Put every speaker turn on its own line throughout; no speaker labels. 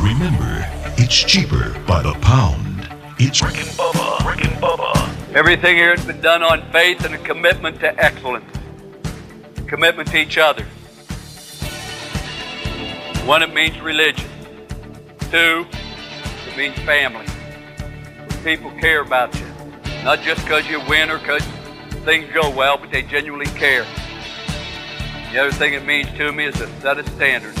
Remember, it's cheaper by the pound. It's Rick and Bubba. Rick and Bubba.
Everything here has been done on faith and a commitment to excellence, commitment to each other. One, it means religion. Two, it means family. People care about you, not just because you win or because things go well, but they genuinely care. The other thing it means to me is a set of standards.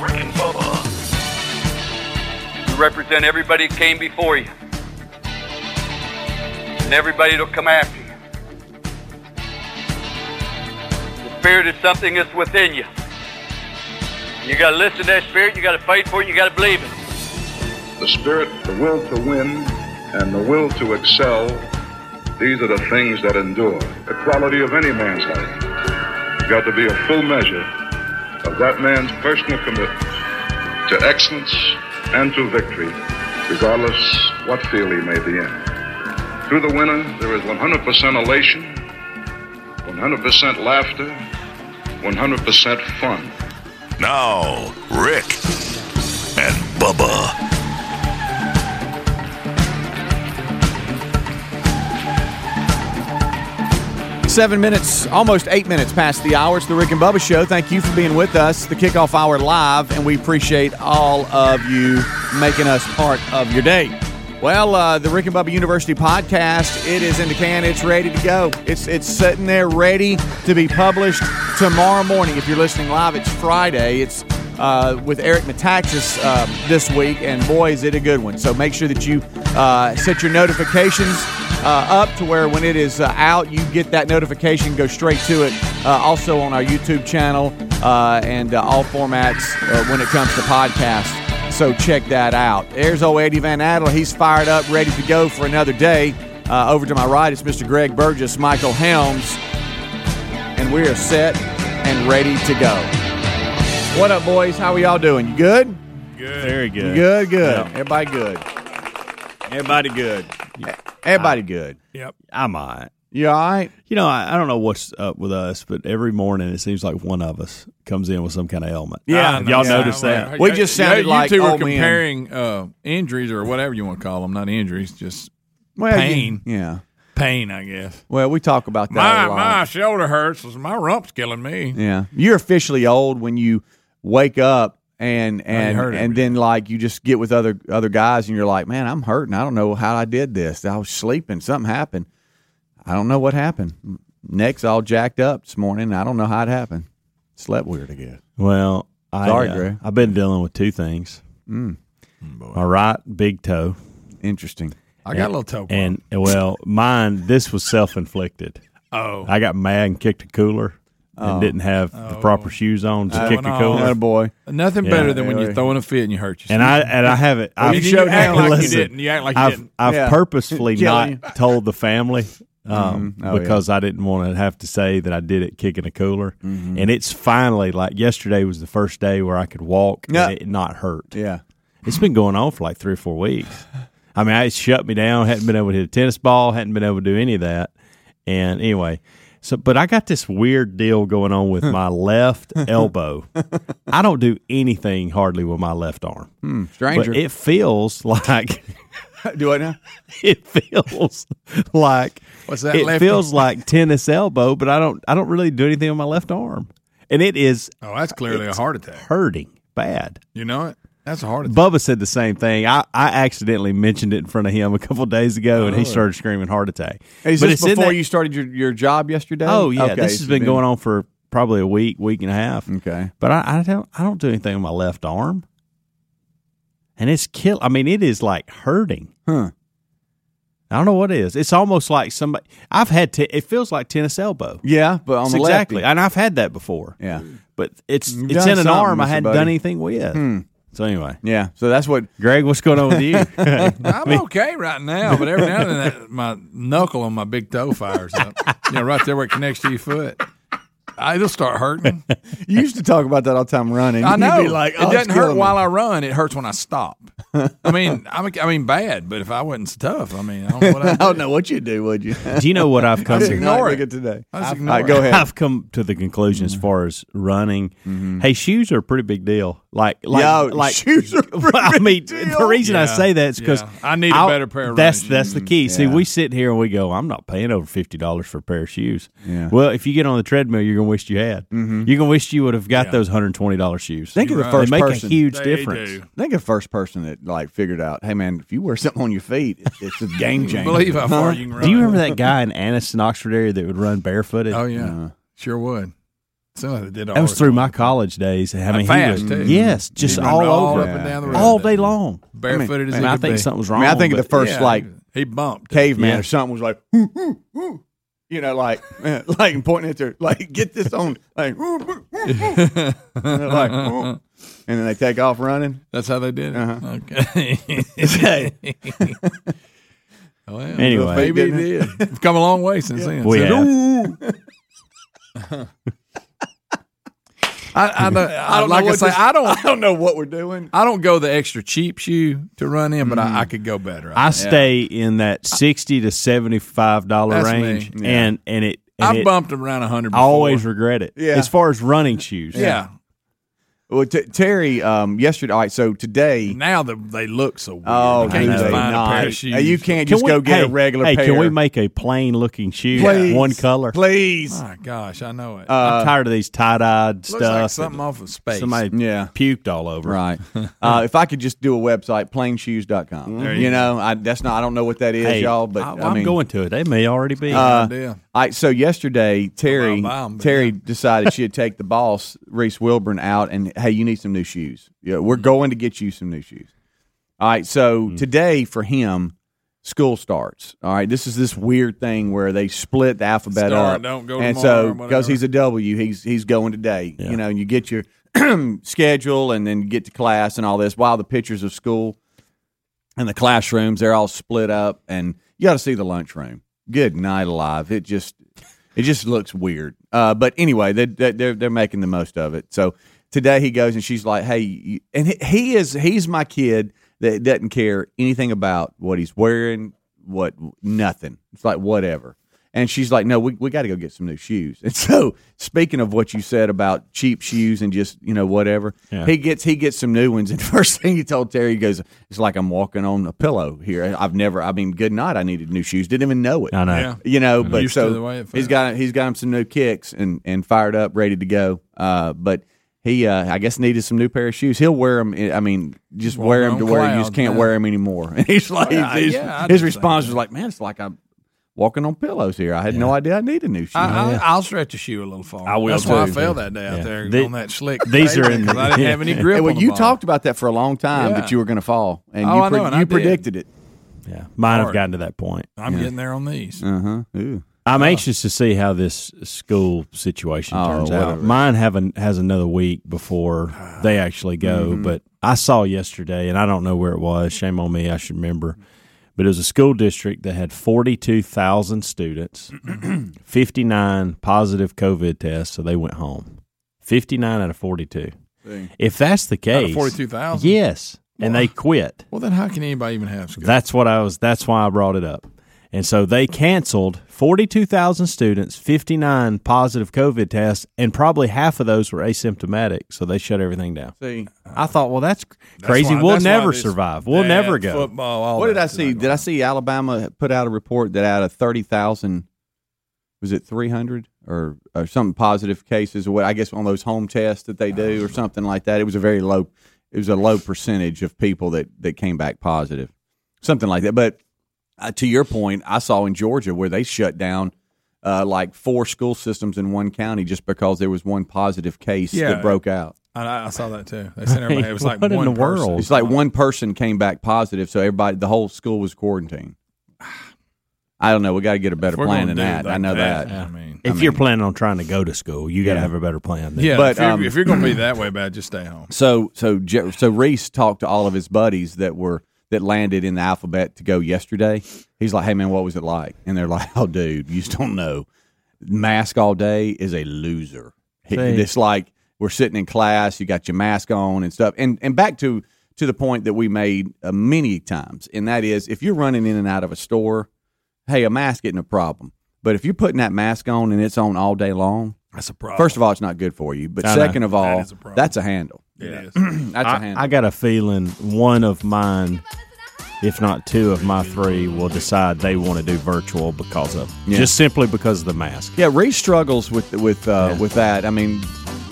Rick and Bubba.
You represent everybody that came before you, and everybody that'll come after you. The spirit is something that's within you. You gotta listen to that spirit, you gotta fight for it, you gotta believe it.
The spirit, the will to win, and the will to excel, these are the things that endure. The quality of any man's life. It's got to be a full measure of that man's personal commitment to excellence and to victory, regardless what field he may be in. To the winner, there is 100% elation, 100% laughter, 100% fun.
Now, Rick and Bubba.
Seven minutes, almost eight minutes past the hour. It's the Rick and Bubba Show. Thank you for being with us. The kickoff hour live, and we appreciate all of you making us part of your day. Well, uh, the Rick and Bubba University podcast, it is in the can. It's ready to go. It's it's sitting there ready to be published tomorrow morning. If you're listening live, it's Friday. It's uh, with Eric Metaxas um, this week, and boy, is it a good one. So make sure that you uh, set your notifications uh, up to where when it is uh, out, you get that notification, go straight to it. Uh, also on our YouTube channel uh, and uh, all formats uh, when it comes to podcasts. So check that out. There's old Eddie Van Adel. He's fired up, ready to go for another day. Uh, over to my right, it's Mr. Greg Burgess, Michael Helms, and we are set and ready to go. What up, boys? How are y'all doing? You good?
Very good.
Good, good. Everybody good.
Everybody good.
Everybody good.
Yep.
I'm all right.
You all right?
You know, I, I don't know what's up with us, but every morning it seems like one of us comes in with some kind of ailment.
Yeah.
If y'all notice that.
We just sounded
you
like oh,
two were
old men.
comparing uh, injuries or whatever you want to call them, not injuries, just
Well, you-
Pain.
yeah.
pain, I guess.
Well, we talk about that
My
a lot.
my shoulder hurts. My rump's killing me.
Yeah, you're officially old when you wake up
Oh,
and and
hurt
and then like you just get with other other guys and you're like, man, I'm hurting. I don't know how I did this. I was sleeping. Something happened. I don't know what happened. Neck's all jacked up this morning. I don't know how it happened. Slept weird again.
Well, I,
Sorry,
uh,
Gray. Mm.
I've been dealing with two things. My right big toe,
Interesting.
I got a little toe.
and well, mine. This was self inflicted.
oh,
I got mad and kicked a cooler, and didn't have the proper shoes on to kick the
no.
cooler.
Oh boy.
nothing
Yeah.
better than when
Really?
you're throwing a fit and you hurt yourself.
And I and I haven't. I've,
you showed act like you
Listen,
didn't. You act like you
I've
didn't.
I've
Yeah.
purposefully
Killing you.
not told the family um,
Mhm. Oh, yeah.
because I didn't want to have to say that I did it kicking a cooler.
Mm-hmm.
And it's finally like yesterday was the first day where I could walk
Yeah.
and it not hurt.
Yeah.
It's been going on for like three or four weeks. I mean, I- it shut me down. Hadn't been able to hit a tennis ball. Hadn't been able to do any of that. And anyway, so but I got this weird deal going on with my left elbow. I don't do anything hardly with my left arm,
Hmm, Stranger.
but it feels like
Do I now?
it feels like
What's that
It
left
feels like tennis elbow, but I don't I don't really do anything with my left arm, and it is
oh, that's clearly a heart attack.
hurting bad.
You know it. That's a heart attack.
Bubba said the same thing. I, I accidentally mentioned it in front of him a couple days ago, and he started screaming heart attack.
Is
But
this
it's in
before
that-
you started your, your job yesterday?
Oh yeah,
Okay,
this has
it's
been, going on for probably a week, week and a half.
Okay.
But I, I don't I don't do anything with my left arm, and it's kill. I mean, it is like hurting.
Huh.
I don't know what it is. It's almost like somebody. I've had. Te- it feels like tennis elbow.
Yeah, but on
It's
the
exactly,
lefty.
and I've had that before.
Yeah.
but it's
You've
it's
done
in an
something
arm I
with
hadn't
somebody. Hmm.
done anything with. So anyway,
Yeah. So that's what
Greg, what's going on with you?
I'm okay right now, but every now and then that, my knuckle on my big toe fires up. You know, right there where it connects to your foot. I, it'll start hurting.
you used to talk about that all the time running.
I
You'd
know.
be like, "Oh,
it
it's
doesn't
killing
hurt
me."
while I run. It hurts when I stop. I mean, I'm, I mean, bad. But if I wasn't so tough, I mean, I don't know what
I
I'd do.
don't know what you'd do, would you?
Do you know what I've come?
Did
to?
not
ignore
look
it.
at today.
I just
All
ignore
right, go
it.
ahead. Mm-hmm.
I've come to the conclusion as far as running. Hey, shoes are a pretty big deal. Like, like,
Yo,
like
Mm-hmm. shoes are a pretty
I mean,
big deal.
the reason I
Yeah,
say that is because
yeah. I need a
I'll-
better pair of
That's
running
that's
shoes.
the key. See,
Yeah.
we sit here and we go, I'm not paying over fifty dollars for a pair of shoes.
Yeah. Mm-hmm.
Well, if you get on the treadmill, you're gonna wish you had. You're gonna wish you would have got those hundred twenty dollars shoes.
Think of the
They
first
make
person.
a huge
They
difference.
do.
Think of the first person that like figured out, hey man, if you wear something on your feet, it's- it's a game changer.
Believe how far you can run.
Do you remember that guy in Anniston, Oxford area that would run barefooted?
Oh yeah,
Uh,
sure would. Somebody did.
Uh-huh. that was through my college days. I mean, he
fast,
was-
too.
yes, just
He'd run
all
all
over,
up and down the road.
all day long.
barefooted as
And
he
I
could
think
be.
something was
I
wrong.
mean, I think
but-
the first like
he bumped.
caveman
Yeah.
or something was like, "Hoo, hoo, hoo," you know, like eh, like and pointing at their like, get this on, like, "Hoo, hoo, hoo, hoo." and they're like, "Hoo." and then they take off running.
That's how they did it.
Uh-huh.
Okay. well,
Anyway.
maybe it did. We've come a long way since then.
We
So-
have.
I, I don't, I
don't know
like I
what
say,
this-
I don't,
I don't know what we're doing.
I don't go the extra cheap shoe to run in, but I, I could go better.
Mm. I stay in that sixty to seventy five dollar
That's me.
range,
Yeah.
and and it. And
I
it-
bumped around a hundred.
I always regret it.
Yeah.
As far as running shoes,
yeah.
Well, t- Terry, um, yesterday. All right, so today.
Now the, they look so weird.
Oh,
you can't
do
just
they
find a pair
not?
of shoes.
Hey, You can't
Can
just
we-
go get
hey,
a regular
Hey,
pair.
can we make a plain looking shoe,
Please.
one
hmm,
Uh, color?
Please.
My gosh, I know it.
I'm tired of these tie dyed
looks like
stuff.
something off of space.
Somebody
Yeah.
puked all over.
Right. uh, if I could just do a website, plainshoes.com. You, you know, I, that's not, I don't know what that is,
Hey,
y'all, but
I,
I,
am
mean,
going to it. They may already be.
uh,
idea.
I, so yesterday, Terry,
I'll buy 'em, but
Terry decided she'd take the boss, Reese Wilburn, out and, hey, you need some new shoes. Yeah, we're going to get you some new shoes. All right. So
Mm-hmm.
today for him, school starts. All right. This is this weird thing where they split the alphabet
Start,
up.
don't go
uh, and
tomorrow or
so because
whatever.
he's a W, he's he's going today. You know, and you get your schedule and then you get to class and all this. While the pictures of school and the classrooms, they're all split up, and you got to see the lunchroom. Good night, alive. It just it just looks weird. Uh, but anyway, they, they, they're they're making the most of it. So today he goes and she's like, "Hey," you, and he, he is he's my kid that doesn't care anything about what he's wearing, what nothing. It's like whatever. And she's like, "No, we we got to go get some new shoes." And so, speaking of what you said about cheap shoes and just you know whatever,
Yeah.
he gets he gets some new ones. And first thing he told Terry, he goes, "It's like I'm walking on a pillow here. I've never. I mean, good night. I needed new shoes. Didn't even know it.
I know.
Yeah.
You know, but
Used to the way
so
it
he's
felt.
got he's got him some new kicks and and fired up, ready to go. Uh, but he, uh, I guess, needed some new pair of shoes. He'll wear them. I mean, just
Walking
wear 'em wear them
on
to where you
clouds,
just can't
yeah.
wear them anymore. And he's like,
Well, I-
his,
yeah, I understand
his response was
that.
like, "Man, it's like I'm walking on pillows here. I had no idea I needed new shoes."
I, I, I'll stretch a shoe a little far.
I will
That's why I
too.
fell that day out
Yeah.
there
The-
on that slick.
these are
pavement
in
'cause I didn't have any grip.
Hey, well,
on the
you
ball.
talked about that for a long time
Yeah.
that you were going to fall, and
Oh,
you
I know, and I
you
did.
predicted it.
yeah. Mine have
Hard.
gotten to that point.
I'm getting there on these.
Uh huh.
I'm anxious to see how this school situation
Oh,
turns out.
whatever.
Mine have an, has another week before they actually go,
Mm-hmm.
but I saw yesterday, and I don't know where it was. Shame on me, I should remember. But it was a school district that had 42,000 students, 59 positive COVID tests, so they went home. 59 out of 42. If that's the
Out of
case,
42,000?
Yes, and they quit.
Well, then how can anybody even have school?
That's what I was. That's why I brought it up. And so they canceled 42,000 students, 59 positive COVID tests, and probably half of those were asymptomatic. So they shut everything down.
See,
I thought, well, that's cr-
That's
crazy.
why-
we'll
that's why
never
this
survive. We'll
dad,
never go.
Football, all
what did
that
I
is
see?
not
Did I
going-
see Alabama put out a report that out of thirty thousand, was it three hundred or or some positive cases or what? I guess on those home tests that they do or something like that. It was a very low. It was a low percentage of people that that came back positive, something like that. But uh, to your point, I saw in Georgia where they shut down. Uh, like four school systems in one county just because there was one positive case
Yeah.
that broke out.
I, I saw that too. They sent everybody. It was like
What in
one
the world?
person.
It's like one person came back positive, so everybody, the whole school was quarantined. I don't know. We got to get a better
We're
plan
gonna
than
do
that.
like
I know
that,
that.
I mean,
If you're planning on trying to go to school, you got to
Yeah.
have a better plan. Than
yeah,
But,
if you're,
um,
if you're going to be that way bad, just stay home.
So so Je- so Reese talked to all of his buddies that were that landed in the alphabet to go yesterday. He's like, "Hey man, what was it like?" And they're like, "Oh dude, you just don't know. Mask all day is a loser. He-
See.
It's like we're sitting in class, you got your mask on and stuff. And and back to to the point that we made uh, many times, and that is if you're running in and out of a store, hey, a mask isn't a problem. But if you're putting that mask on and it's on all day long,
That's a problem.
First of all, it's not good for you. But
I know.
second of all,
is a problem.
that's a handle.
It
That's a
I,
handle.
I got a feeling one of mine, if not two of my three, will decide they want to do virtual because of
Yeah.
just simply because of the mask.
yeah, Reese struggles with with uh, with that. I mean,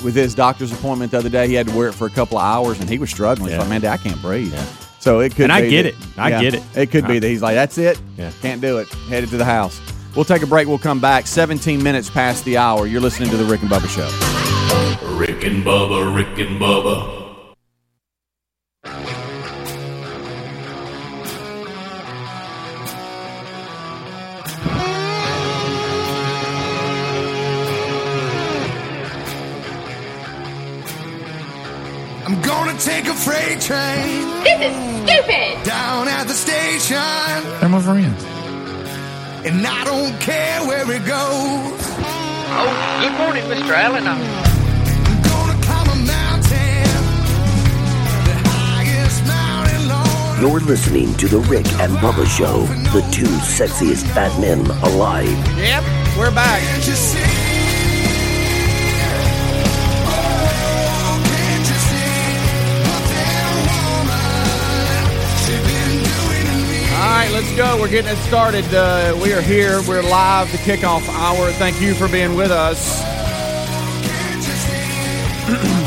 with his doctor's appointment the other day, he had to wear it for a couple of hours, and he was struggling. He's
Yeah.
like, man, Dad, I can't breathe. So it could.
And I
be
get
that-
it. I get it.
It could be
I-
that he's like, that's it.
Yeah.
Can't do it. Headed to the house. We'll take a break. We'll come back. 17 minutes past the hour. You're listening to the Rick and Bubba Show.
Rick and Bubba, Rick and Bubba.
I'm gonna take a freight train
This is stupid!
down at the station,
They're my friends.
and I don't care where it goes.
Oh, Good morning, Mr. Allen. I'm
I'm gonna climb a mountain, the highest mountain, Lord.
You're listening to The Rick and Bubba Show, the two sexiest fat men alive.
Yep, we're back.
Can't you see? Oh, can't you see what that woman she been doing to me?
All right, let's go. We're getting it started. Uh, we are here. We're live. The kickoff hour. Thank you for being with us.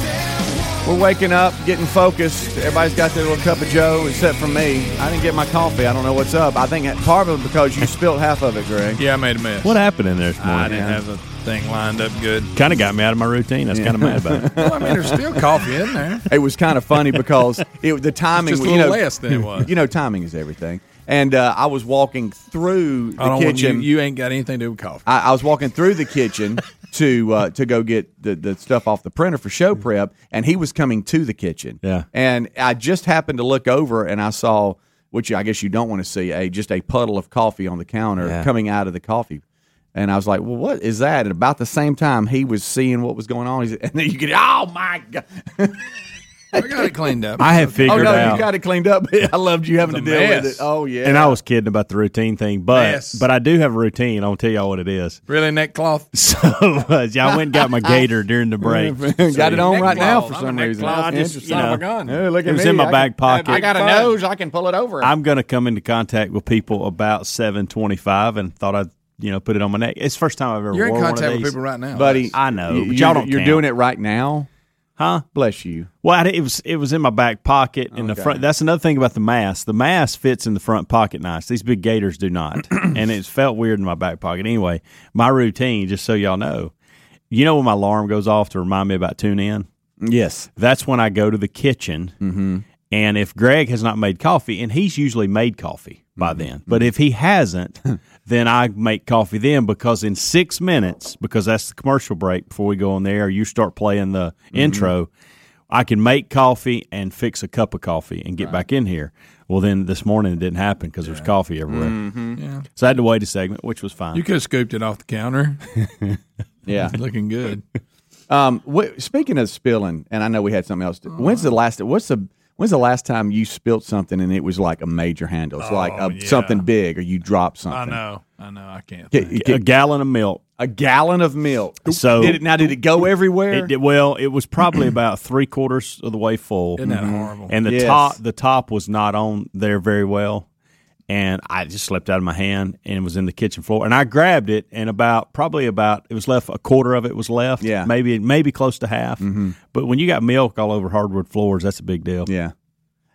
We're waking up, getting focused. Everybody's got their little cup of Joe, except for me. I didn't get my coffee. I don't know what's up. I think probably because you spilled half of it, Greg.
Yeah, I made a mess.
What happened in there this
I
morning?
didn't have the thing lined up good.
Kind of got me out of my routine. I was kind of mad about it.
Well, I mean, there's still coffee in there.
It was kind of funny because it, the timing,
Just a
was you
little
know,
less than it was.
you know, timing is everything. And uh, I was walking through the
I don't want you,
kitchen.
you ain't got anything to do with coffee.
I, I was walking through the kitchen to uh, to go get the, the stuff off the printer for show prep, and he was coming to the kitchen.
Yeah.
and I just happened to look over, and I saw, which I guess you don't want to see, a just a puddle of coffee on the counter
Yeah.
coming out of the coffee. And I was like, "Well, what is that?" And about the same time, he was seeing what was going on. He's, and then you get, "Oh my god!"
I got it cleaned up.
I have
Oh
figured
no,
out.
you got it cleaned up. I loved you having to
It's a
deal with
mess.
it. Oh yeah,
and I was kidding about the routine thing, but
Yes.
but I do have a routine. I'll tell y'all what it is.
really neck cloth.
So uh, yeah, I went and got my gator during the break.
got it on
Neck
right now
cloth.
for
I'm
some
a neck
reason.
cloth.
That's
I just-
interesting.
son of a gun.
Yeah, look at
It was
me.
in my
I
back
can- I
pocket.
got a
Fun.
nose. I can pull it over.
I'm going to come into contact with people about 7:25, and thought I'd you know put it on my neck. It's the first time I've ever
You're in
worn one
contact
of
with
these.
people right now.
buddy.
I know,
you-
but y'all
you're-
don't
You're
count.
doing it right now.
huh?
Bless you.
Well, I, did- it was it was in my back pocket in the front. That's another thing about the mask. The mask fits in the front pocket nice. These big gators do not, and it felt weird in my back pocket. Anyway, my routine, just so y'all know, you know when my alarm goes off to remind me about tune in.
Yes.
That's when I go to the kitchen, and if Greg has not made coffee, and he's usually made coffee by then, but if he hasn't, then I make coffee then because in six minutes, because that's the commercial break before we go on there, you start playing the intro. I can make coffee and fix a cup of coffee and get back in here. Well, then this morning it didn't happen because there's coffee everywhere.
Mm-hmm.
So I had to wait a segment, which was fine.
you could have scooped it off the counter.
Yeah.
Looking good.
um. Wh- speaking of spilling, and I know we had something else. to-
Mm-hmm.
when's the last? What's the When's the last time you spilt something and it was like a major handle? It's like a,
Oh, yeah.
something big, or you dropped
I
something.
know. I know. I can't.
Get-
think.
a
get-
gallon of milk.
a gallon of milk.
So-
did it now? Did it go everywhere?
It did, well, it was probably about three quarters of the way full.
Isn't
Mm-hmm.
that horrible?
and the
Yes.
top the top was not on there very well and i just slipped out of my hand and it was in the kitchen floor and i grabbed it and about probably about it was left a quarter of it was left
Yeah. Mm-hmm.
maybe maybe close to half but when you got milk all over hardwood floors that's a big deal
Yeah.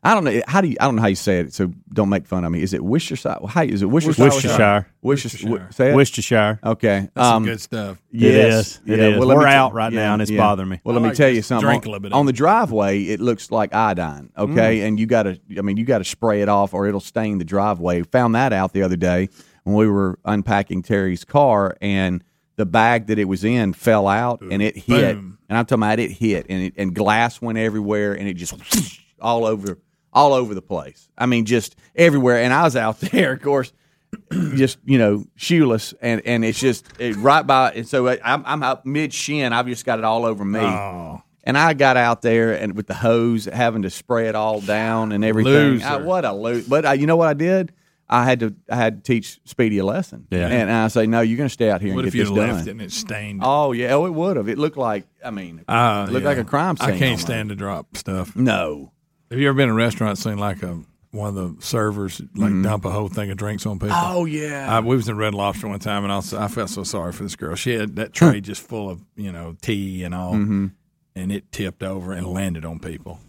I don't know how do you, I don't know how you say it, so don't make fun of me. Is it Worcestershire? How is it Worcestershire?
Worcestershire.
Worcestershire. Wor- Say it.
worcestershire
okay.
That's
um,
some good stuff.
It
yes.
is. It is.
let me
We're
tell-
out right now, and it's bothering me.
Well,
I
let me
like
tell
this.
you something.
Drink a
On-
little bit of
on the driveway, it looks like iodine.
Mm.
Okay, and you got to. I mean, you got to spray it off, or it'll stain the driveway. Found that out the other day. when we were unpacking Terry's car, and the bag that it was in fell out and it hit. And I'm talking about it hit, and it, and glass went everywhere, and it just whoosh, all over all over the place. I mean, just everywhere. And I was out there, of course, just you know shoeless, and and it's just it, right by. And so I- I'm I'm out mid shin. I've just got it all over me.
Oh.
And I got out there and with the hose, having to spray it all down and everything. I-
Loser.
what a loser! But I, you know what I did? I had to I had to teach Speedy a lesson.
Yeah.
And I say, no, you're going to stay out here
What
and
if
get
you
this done.
left it and it stained?
Oh yeah, oh it would have. It looked like I mean,
Uh,
it looked
yeah.
like a crime scene.
I can't
almost.
stand to drop stuff.
No,
Have you ever been in a restaurant and seen like a one of the servers like
Mm-hmm.
dump a whole thing of drinks on people?
Oh, yeah.
I, we was in Red Lobster one time, and I, was, I felt so sorry for this girl. She had that tray just full of you know tea and all,
Mm-hmm.
Mm-hmm.
and it tipped over and landed on people.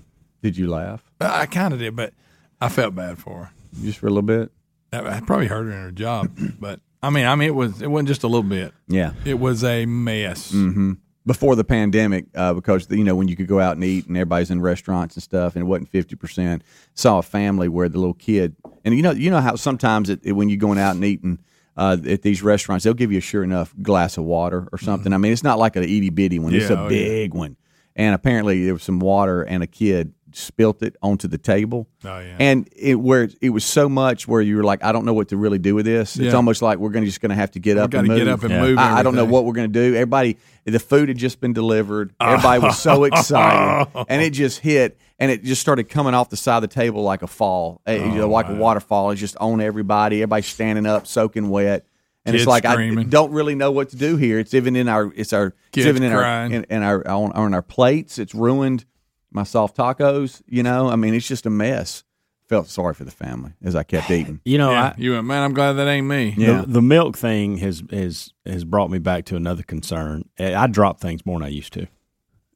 Did you laugh
I, I kind of did, but I felt bad for her.
just for a little bit?
That that probably hurt her in her job, but I mean, I mean, it was it wasn't just a little bit.
Yeah.
It was a mess.
Mm-hmm. Before the pandemic, uh, because you know when you could go out and eat and everybody's in restaurants and stuff, and it wasn't fifty percent. Saw a family where the little kid, and you know, you know how sometimes it, it- when you're going out and eating. Uh, at these restaurants, they'll give you a sure enough glass of water or something. I mean, it's not like an itty bitty one; it's
Mm-hmm. Yeah, oh,
a
yeah.
big one. And apparently, there was some water, and a kid spilt it onto the table.
Oh yeah.
and it where it- it was so much where you were like, I don't know what to really do with this. It's
Yeah.
almost like we're gonna just gonna have to get up
gotta
and move.
get up and Yeah. move
I, I don't know
everything. Oh.
what we're gonna do. Everybody, the food had just been delivered. Everybody was so excited, and it just hit, and it just started coming off the side of the table like a fall, Eh, you know,
Oh,
like a waterfall. It's just on everybody. Everybody standing up, soaking wet. And
Kids
it's like I
screaming.
don't really know what to do here. It's even in our, it's our, it's
Kids
even in our,
crying.
in, in our on, on our plates. It's ruined my soft tacos. You know, I mean, it's just a mess. Felt sorry for the family as I kept eating.
You know,
Yeah,
I,
you went, man. I'm glad that ain't me.
Yeah.
The, the milk thing has has has brought me back to another concern. I I drop things more than I used to.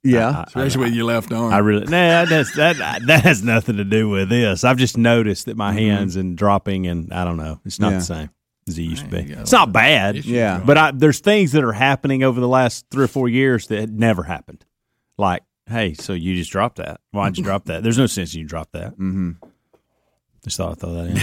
Yeah,
Especially with your left arm.
I really nah, that's, that that has nothing to do with this. I've just noticed that my hands and dropping and I don't know, it's not
Mm-hmm. Yeah.
the same as it used to
There
be.
you go.
It's not bad,
It should
Yeah.
drop.
but I, there's things that are happening over the last three or four years that had never happened. Like, hey, so you just dropped that? Why'd you drop that? There's no sense you dropped that. Mm-hmm. Just thought I'd throw that in.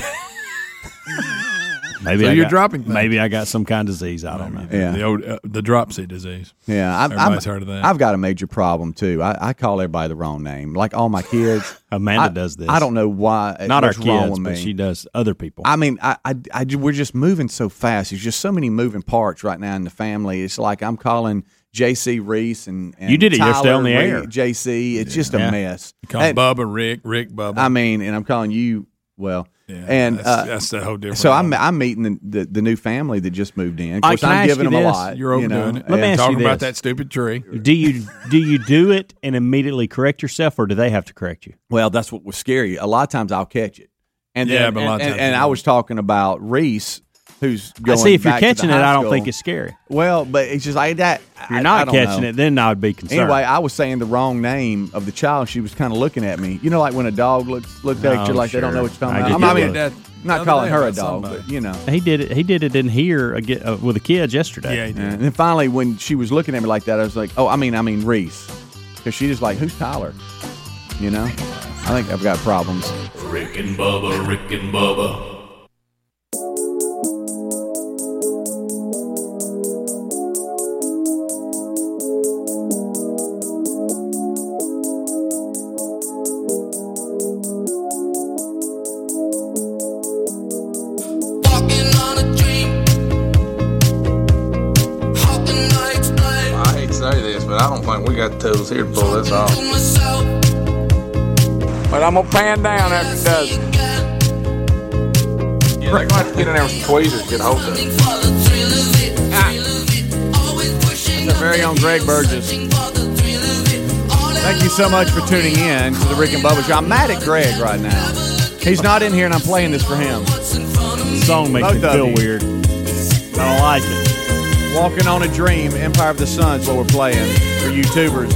maybe
So
I
you're
got-
dropping things.
Maybe I got some kind of disease. I don't know.
Yeah.
The, old, uh, the dropsy disease.
yeah. I've,
Everybody's heard of that.
I've got a major problem too. I, I call everybody the wrong name, like all my kids.
Amanda
I-
does this.
I don't know why.
Not our
what's wrong
kids,
with
but
me.
she does other people.
I mean, I, I, I, we're just moving so fast. There's just so many moving parts right now in the family. It's like I'm calling J.C. Reese and, and
You did it
Tyler
yesterday on the
Reed,
air.
J.C. It's just a
Yeah.
mess.
You call
And-
Bubba Rick, Rick Bubba.
I mean, and I'm calling you well, and
that's,
uh,
that's the whole different.
so I'm
animal.
I'm meeting the, the, the new family that just moved in. Of
All right,
course,
can I
I'm
ask
giving
you
them a
this?
lot.
You're overdoing
know,
it.
Let me
and-
ask
talking
you
about
this.
that stupid tree.
do you do you do it and immediately correct yourself, or do they have to correct you?
Well, that's what was scary. A lot of times I'll catch it, and
Yeah,
then,
but a lot of
and, and,
times
and
you
I
won't.
was talking about Reese, who's going.
I see if you're
back to the
catching it,
high
I don't
school.
think it's scary.
well, but it's just like that.
If you're not catching it, then I would be concerned.
Anyway, I was saying the wrong name of the child. She was kind of looking at me. You know, like when a dog looks looked at
Oh,
you, like they don't
sure.
know what you're
I
talking
get
about. I'm
that
not,
look.
mean,
That-
I'm
the
not
other
calling
day
her a
about
dog,
somebody.
but you know.
he did it. He did it in here aga- uh, with the kids yesterday.
Yeah, he did.
And then finally, when she was looking at me like that, I was like, "Oh, I mean, I mean Reese," because she just like, "Who's Tyler?" You know. I think I've got problems.
Rick and Bubba, Rick and Bubba,
Walking on a dream. How can I explain
I hate to say this, but I don't think we got the tools here to pull this off.
to myself?
But I'm gonna pan down
I see again.
Yeah, they're gonna have to get in there with some tweezers, to get a hold of it.
Looking for the thrill of it, thrill of it. Always pushing
That's our very own Greg Burgess.
Searching for the thrill of it. All I
Thank you so much for tuning in to the Rick and Bubba Show. I'm mad at Greg right now. He's not in here, and I'm playing this for him.
The song makes
Both
me
of
feel
you.
weird. I don't like it.
Walking on a Dream, Empire of the Sun's what we're playing for YouTubers.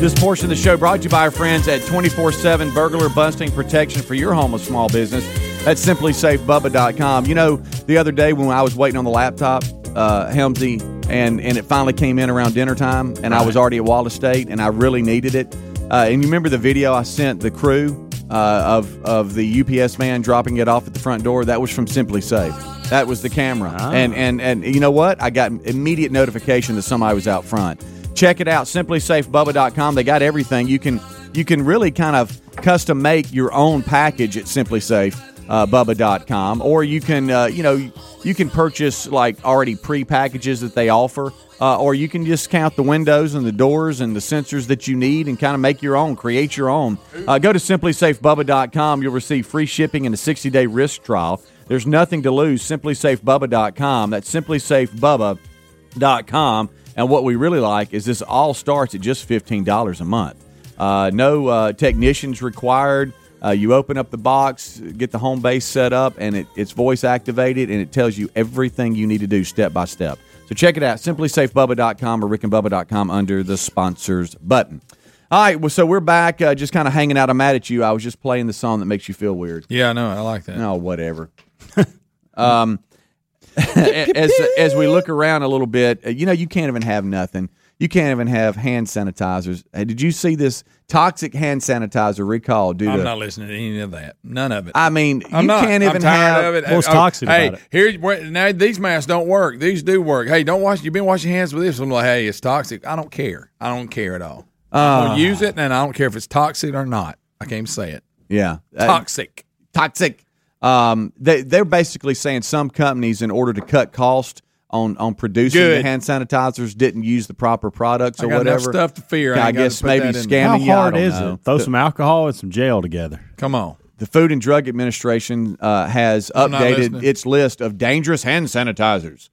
This portion of the show brought to you by our friends at 24 7 Burglar Busting Protection for your home or small business. That's simplysafebubba.com. You know, the other day when I was waiting on the laptop, uh, Helmsy, and, and it finally came in around dinner time, and I was already at Wallace State, and I really needed it. Uh, and you remember the video I sent the crew uh, of, of the UPS man dropping it off at the front door? That was from Simply Safe. That was the camera. And, and and you know what? I got immediate notification that somebody was out front. Check it out, simplysafebubba.com. They got everything. You can you can really kind of custom make your own package at uh, simplysafebubba.com or you can uh, you know you can purchase like already pre packages that they offer uh, or you can just count the windows and the doors and the sensors that you need and kind of make your own, create your own. Uh, go to simplysafebubba.com. You'll receive free shipping and a 60 day risk trial. There's nothing to lose. Simplysafebubba.com. That's simplysafebubba.com. And what we really like is this all starts at just $15 a month. Uh, no uh, technicians required. Uh, you open up the box, get the home base set up, and it, it's voice activated, and it tells you everything you need to do step by step. So check it out, simplysafebubba.com or rickandbubba.com under the sponsors button. All right, well, so we're back, uh, just kind of hanging out. I'm mad at you. I was just playing the song that makes you feel weird.
Yeah, I know. I like that.
Oh, whatever. um, as as we look around a little bit, uh, you know, you can't even have nothing. You can't even have hand sanitizers. Hey, did you see this toxic hand sanitizer recall due
I'm
to?
not listening to any of that. None of it.
I mean,
I'm
you
not.
can't
I'm
even
tired
have
of it.
What's
Oh,
toxic
hey,
about it?
here's where now these masks don't work. These do work. Hey, don't wash. You've been washing hands with this. I'm like, hey, it's toxic. I don't care. I don't care at all. I'm
Ah.
gonna use it, and I don't care if it's toxic or not. I can't even say it.
Yeah, Uh,
Toxic.
toxic. Um, they they're basically saying some companies, in order to cut cost on on producing the
Good.
hand sanitizers, didn't use the proper products
I
or
got enough
whatever.
stuff to fear. I
I,
ain't gotta
guess
put
maybe
that in.
scamming.
How
you, I
hard
don't
is
know.
it? Throw
The-
some alcohol and some jail together.
Come on.
The Food and Drug Administration uh, has
I'm not
updated
listening.
its list of dangerous hand sanitizers.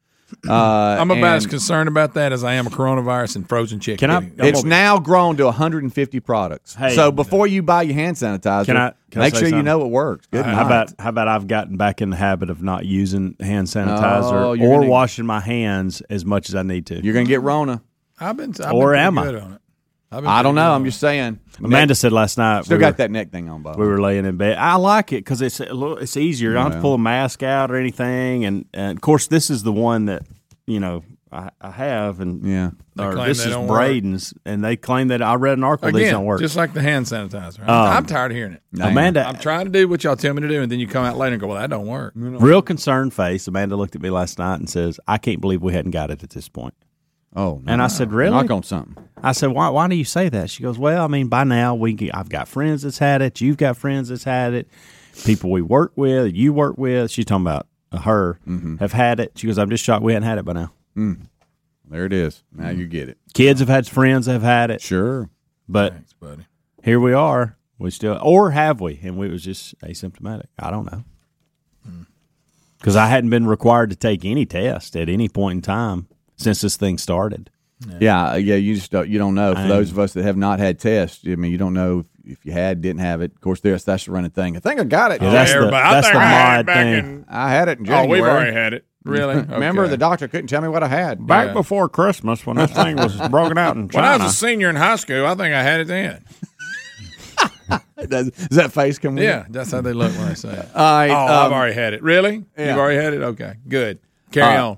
Uh,
I'm about as
and
concerned about that as I am a coronavirus and frozen chicken.
It's now grown to 150 products.
Hey.
so before you buy your hand sanitizer,
Can I can I
make
say
sure you
something?
know it works. Good
how
night.
about how about I've gotten back in the habit of not using hand sanitizer
Oh,
or
you're gonna-
washing my hands as much as I need to.
You're going to get Rona.
I've been. I've been
Or
pretty
am I?
good on it. I've been
I don't
pretty
know.
good
I'm
on
just saying.
Amanda said last night.
Still
we
got
were-
that neck thing on, Bob.
We were laying in bed. I like it because it's a little, it's easier. You don't have
Yeah.
to pull a mask out or anything. And, and of course, this is the one that you know I, I have. And
yeah,
or
claim
this
they
is
don't work.
Braden's, and they claim that I read an
it.
article. these
Again,
don't work.
just like the hand sanitizer. I'm,
Um,
I'm tired of hearing it.
Amanda-
I'm trying to do what y'all tell me to do, and then you come out later and go, "Well, that don't work."
Real concerned face. Amanda looked at me last night and says, "I can't believe we hadn't got it at this point."
Oh,
and I said, "Really?"
Knock on something.
I said, "Why? Why do you say that?" She goes, "Well, I mean, by now we get, I've got friends that's had it. You've got friends that's had it. People we work with, you work with. She's talking about her
Mm-hmm.
have had it. She goes, "I'm just shocked we hadn't had it by now."
Mm. There it is. Now you get it.
Kids have had friends that have had it.
Sure,
but
Thanks, buddy.
here we are. We still, or have we? And we was just asymptomatic. I don't know
Hmm.
because I hadn't been required to take any test at any point in time since this thing started.
Yeah, yeah. You just don't, you don't know. For
I'm-
those of us that have not had tests, I mean, you don't know if, if you had, didn't have it. Of course, there's that's the running thing. I think I got it.
Yeah, that's the- Everybody- I that's think the I had it mod back thing. in-
I had it in
Oh,
January.
we've already had it.
Really?
Remember,
Okay.
the doctor couldn't tell me what I had
Back Yeah. before Christmas when this thing was broken out in
When I was a senior in high school, I think I had it then.
does, does that face come? With
Yeah,
it?
that's how they look when I say it.
Mm-hmm. All right,
oh, I've
um,
already had it. Really?
yeah.
You've already had it? Okay, good. Carry
Uh,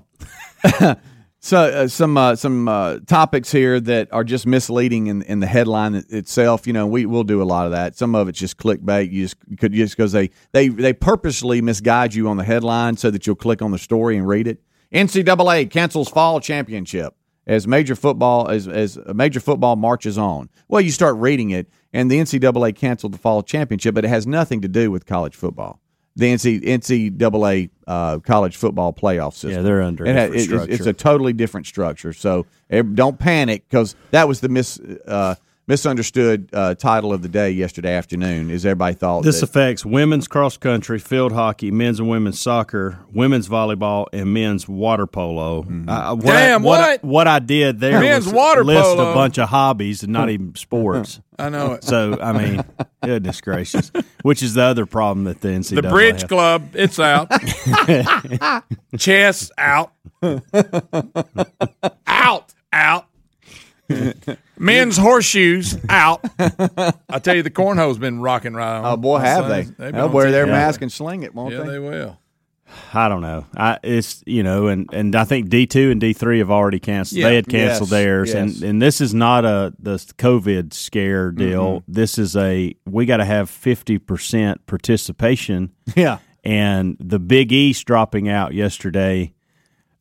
on.
So uh, some uh, some uh, topics here that are just misleading in, in the headline it- itself. You know, we will do a lot of that. Some of it's just clickbait. You just could just because they they they purposely misguide you on the headline so that you'll click on the story and read it. NCAA cancels fall championship as major football as as major football marches on. Well, you start reading it, and the NCAA canceled the fall championship, but it has nothing to do with college football. The NC NCAA uh, college football playoff system.
Yeah, they're under a
It ha-
different
it- it's- it's
structure.
a totally different structure. So eh, don't panic because that was the mis uh, misunderstood uh, title of the day yesterday afternoon. Is everybody thought
This
that,
affects women's cross country, field hockey, men's and women's soccer, women's volleyball, and men's water polo. Uh, what
Damn,
I, what? I-
what?
what I did there
Men's
was
water
list
polo.
a bunch of hobbies and not even sports.
I know it.
So I mean, goodness gracious, which is the other problem that the NCAA
The Bridge
has.
Club, it's out. Chess out. out. Out. Men's horseshoes out. I tell you, the cornhole's been rocking right on.
oh boy,
My
have
sons,
they?
they've been
They'll
on
wear their
TV.
mask and sling it, won't
Yeah,
they?
they will.
I don't know. I it's you know, and and I think D two and D three have already canceled.
Yeah.
They had canceled
Yes,
theirs,
yes. Mm-hmm.
and and this is not a the COVID scare deal. This is a we got to have fifty percent participation
Yeah.
and the Big East dropping out yesterday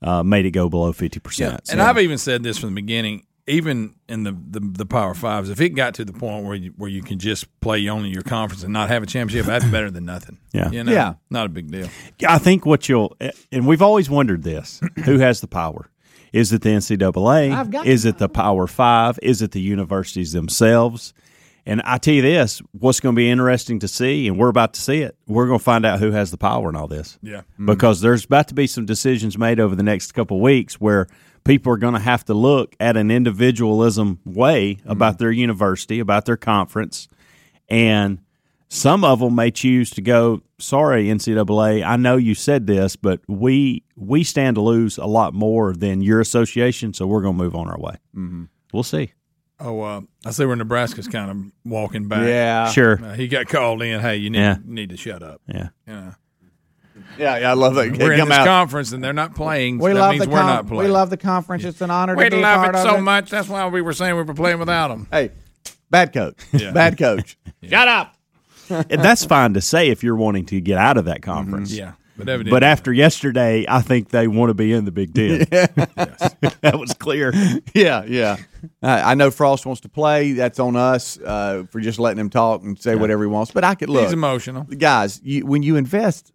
uh, made it go below fifty percent.
And I've even said this from the beginning, even in the, the the Power Fives, if it got to the point where you, where you can just play only your conference and not have a championship, that's better than nothing.
Yeah.
you know?
Yeah.
not a big deal.
I think what you'll, and we've always wondered this: who has the power? Is it the
I've got
NCAA?
the
Is it the Power Five? Is it the universities themselves? And I tell you this: what's going to be interesting to see, and we're about to see it. We're going to find out who has the power in all this.
Yeah.
because there's about to be some decisions made over the next couple of weeks where people are going to have to look at an individualism way
Mm-hmm.
about their university, about their conference, and some of them may choose to go. Sorry, NCAA. I know you said this, but we we stand to lose a lot more than your association, so we're going to move on our way. Mm-hmm. We'll see.
Oh, uh, I see where Nebraska's kind of walking back.
Yeah. Sure.
Uh, he got called in. Hey, you need,
Yeah.
need to shut up.
Yeah.
You know,
Yeah, yeah, I love that.
we're in
Come
this
out.
conference and they're not playing. so
We
that
love
means
the
we're
con-
not
we
playing.
love the conference. It's an honor
We
to be
love
part
it
of
so
it.
much. That's why we were saying we were playing without him.
Hey, bad coach. Bad coach.
Shut up.
And that's fine to say if you're wanting to get out of that conference.
Mm-hmm. Yeah, but evidently-
But after yesterday, I think they want to be in the Big Ten. that was clear.
Yeah, yeah. I, I know Frost wants to play. That's on us uh, for just letting him talk and say whatever he wants. But I could look.
He's emotional.
Guys, you, when you invest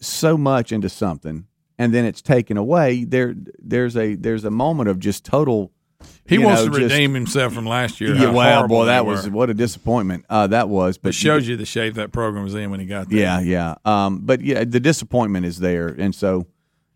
so much into something and then it's taken away, there there's a there's a moment of just total.
He
you
wants
know,
to
just-
redeem himself from last year.
Yeah,
how
wow,
horrible
boy, that
they
was
were.
what a disappointment uh, that was. But
It shows you the shape that program was in when he got there.
Yeah, yeah. Um, but yeah, the disappointment is there, and so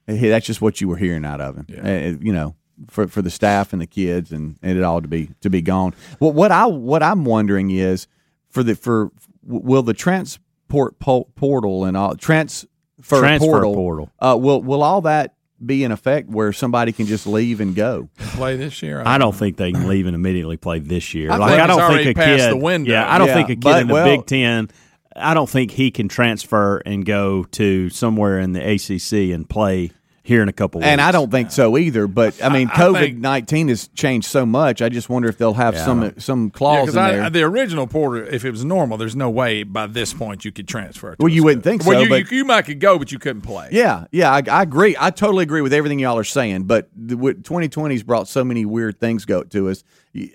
hey, that's just what you were hearing out of him. Uh, you know, for for the staff and the kids, and, and it all to be to be gone. Well, what I what I'm wondering is for the for will the transport po- portal and all transfer,
Transfer
portal,
portal.
Uh, will will all that be in effect where somebody can just leave and go?
Play this year.
I don't think they can leave and immediately play this year.
I
like
think
I
it's
don't
already
think a
past
kid.
the window.
Yeah, I don't
Yeah,
think a kid
but-
in the
well-
Big Ten. I don't think he can transfer and go to somewhere in the ACC and play here in a couple.
And
weeks.
I don't think so either. But I mean, COVID nineteen has changed so much. I just wonder if they'll have
Yeah, I
some
don't-
some
Yeah,
clause
'cause
in
I-
there.
the original Porter, if it was normal, there's no way by this point you could transfer. To
well, you wouldn't think so.
well, you,
but
you, you might could go, but you couldn't play.
Yeah, yeah, I, I agree. I totally agree with everything y'all are saying. But the, what 2020's brought so many weird things go to us.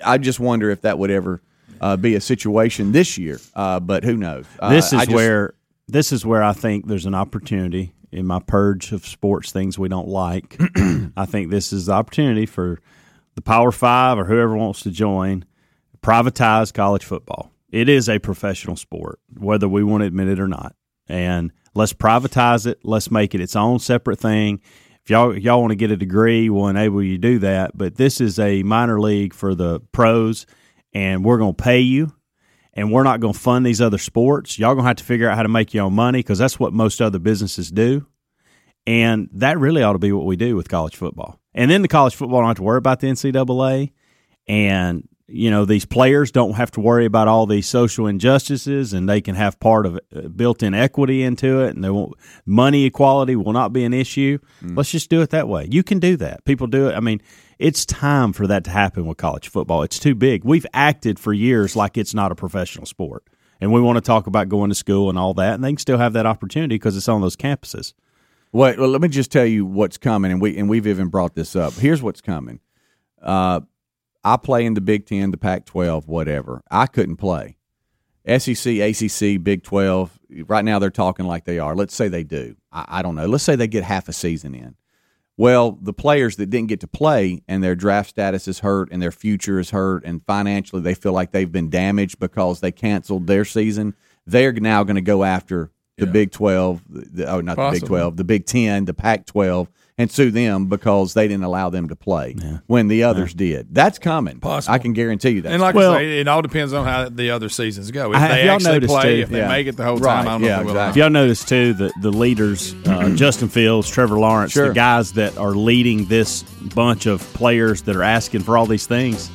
I just wonder if that would ever uh, be a situation this year. Uh, but who knows? Uh,
this is
I just-
where this is where I think there's an opportunity in my purge of sports things we don't like. I think this is the opportunity for the Power Five or whoever wants to join privatize college football. It is a professional sport, whether we want to admit it or not. And let's privatize it. Let's make it its own separate thing. If y'all y'all want to get a degree, we'll enable you to do that. But this is a minor league for the pros, and we're going to pay you and we're not going to fund these other sports. Y'all going to have to figure out how to make your own money because that's what most other businesses do. And that really ought to be what we do with college football. And then the college football don't have to worry about the NCAA. And, you know, these players don't have to worry about all these social injustices and they can have part of uh, built in equity into it. And they won't, money equality will not be an issue. Let's just do it that way. You can do that. People do it. I mean, it's time for that to happen with college football. It's too big. We've acted for years like it's not a professional sport. And we want to talk about going to school and all that. And they can still have that opportunity because it's on those campuses.
Wait, well, let me just tell you what's coming, and we and we've even brought this up. Here's what's coming. Uh, I play in the Big Ten, the Pac-12, whatever. I couldn't play. E SEC, ACC, Big 12. Right now, they're talking like they are. Let's say they do. I, I don't know. Let's say they get half a season in. Well, the players that didn't get to play and their draft status is hurt and their future is hurt and financially they feel like they've been damaged because they canceled their season, they're now going to go after the Big 12, the, the- oh, not the
Possibly.
Big 12, the Big 10, the Pac 12, and sue them because they didn't allow them to play when the others did. That's coming. Possible. I can guarantee you that.
And like I say, it all depends on how the other seasons go. If
I- have
they
y'all
actually
noticed,
play,
too?
if they
Yeah.
make it the whole
Right,
time, I don't
yeah,
know if they will.
If y'all notice too, the the leaders, uh, Justin Fields, Trevor Lawrence,
Sure.
the guys that are leading this bunch of players that are asking for all these things,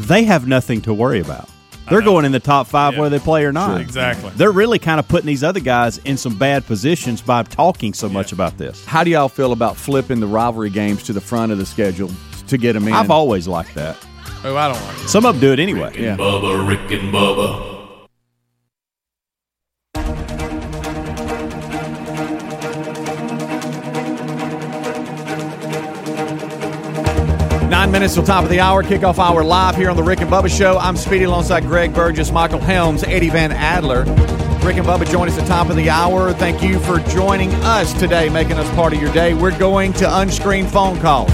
they have nothing to worry about. They're going in the top five whether they play or not.
Sure, exactly.
They're really kind of putting these other guys in some bad positions by talking so much about this.
How do y'all feel about flipping the rivalry games to the front of the schedule to get them in?
I've always liked that.
Oh, I don't like
Some of them do it anyway.
Rick and Bubba, Rick and Bubba.
Nine minutes till top of the hour. Kickoff hour live here on the Rick and Bubba Show. I'm Speedy alongside Greg Burgess, Michael Helms, Eddie Van Adler. Rick and Bubba join us at the top of the hour. Thank you for joining us today, making us part of your day. We're going to unscreened phone calls.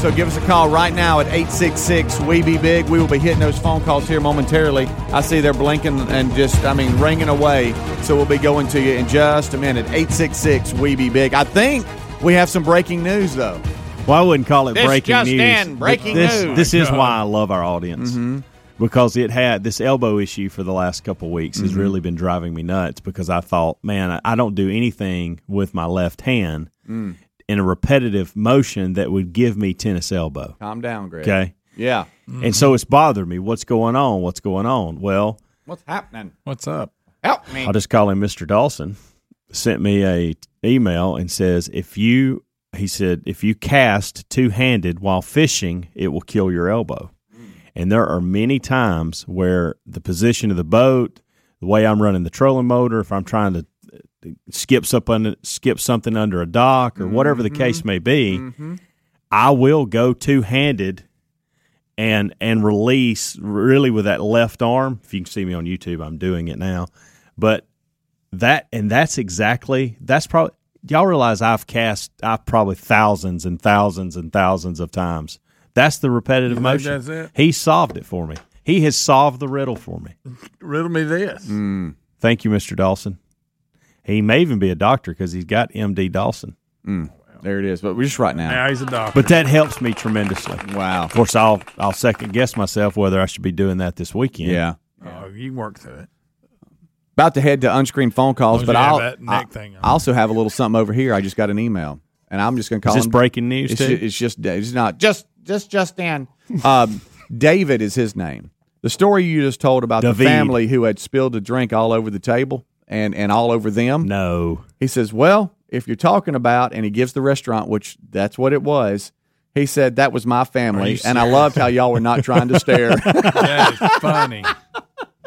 So give us a call right now at 866 We Be Big. We will be hitting those phone calls here momentarily. I see they're blinking and just, I mean, ringing away. So we'll be going to you in just a minute. 866 We Be Big. E I think we have some breaking news, though.
Well, I wouldn't call it
This
breaking
just
news.
in,
Th-
breaking
this,
news. Mm-hmm.
This is
God.
why I love our audience because it had this elbow issue for the last couple of weeks has
Mhm.
really been driving me nuts because I thought, man, I- I don't do anything with my left hand
Mm.
in a repetitive motion that would give me tennis elbow.
Calm down, Greg.
Okay. Mm.
Yeah.
And
Mm-hmm.
so it's bothered me. What's going on? What's going on? Well,
What's happening?
What's up?
Help me.
I'll just call him Mr. Dawson. Sent me a email and says if you he said if you cast two handed while fishing, it will kill your elbow. And there are many times where the position of the boat, the way I'm running the trolling motor, if I'm trying to uh, skip something, skip something under a dock or whatever the case may be, I will go two handed and and release really with that left arm. If you can see me on YouTube, I'm doing it now. But that and that's exactly that's probably y'all realize I've cast I've probably thousands and thousands and thousands of times. That's the repetitive
You think
motion.
that's it?
He solved it for me. He has solved the riddle for me.
Riddle me this.
Mm. Thank you, Mr. Dawson. He may even be a doctor because he's got MD Dawson.
Mm. There it is. But we're just right now.
Now he's a doctor.
But that helps me tremendously.
Wow.
Of course, I'll I'll second guess myself whether I should be doing that this weekend.
Yeah.
Oh, you can work through it.
About to head to unscreened phone calls,
Oh,
Don't
but
you have
I'll,
that neck
I,
thing
I also have a little something over here. I just got an email, and I'm just going to call.
this
him-
breaking news,
It's,
too?
ju- it's just it's not just just just in. um, David is his name. The story you just told about the
David.
family who had spilled a drink all over the table and and all over them.
No,
he says, well, if you're talking about, and he gives the restaurant, which that's what it was. He said that was my family, and I loved how y'all were not trying to stare.
that is funny.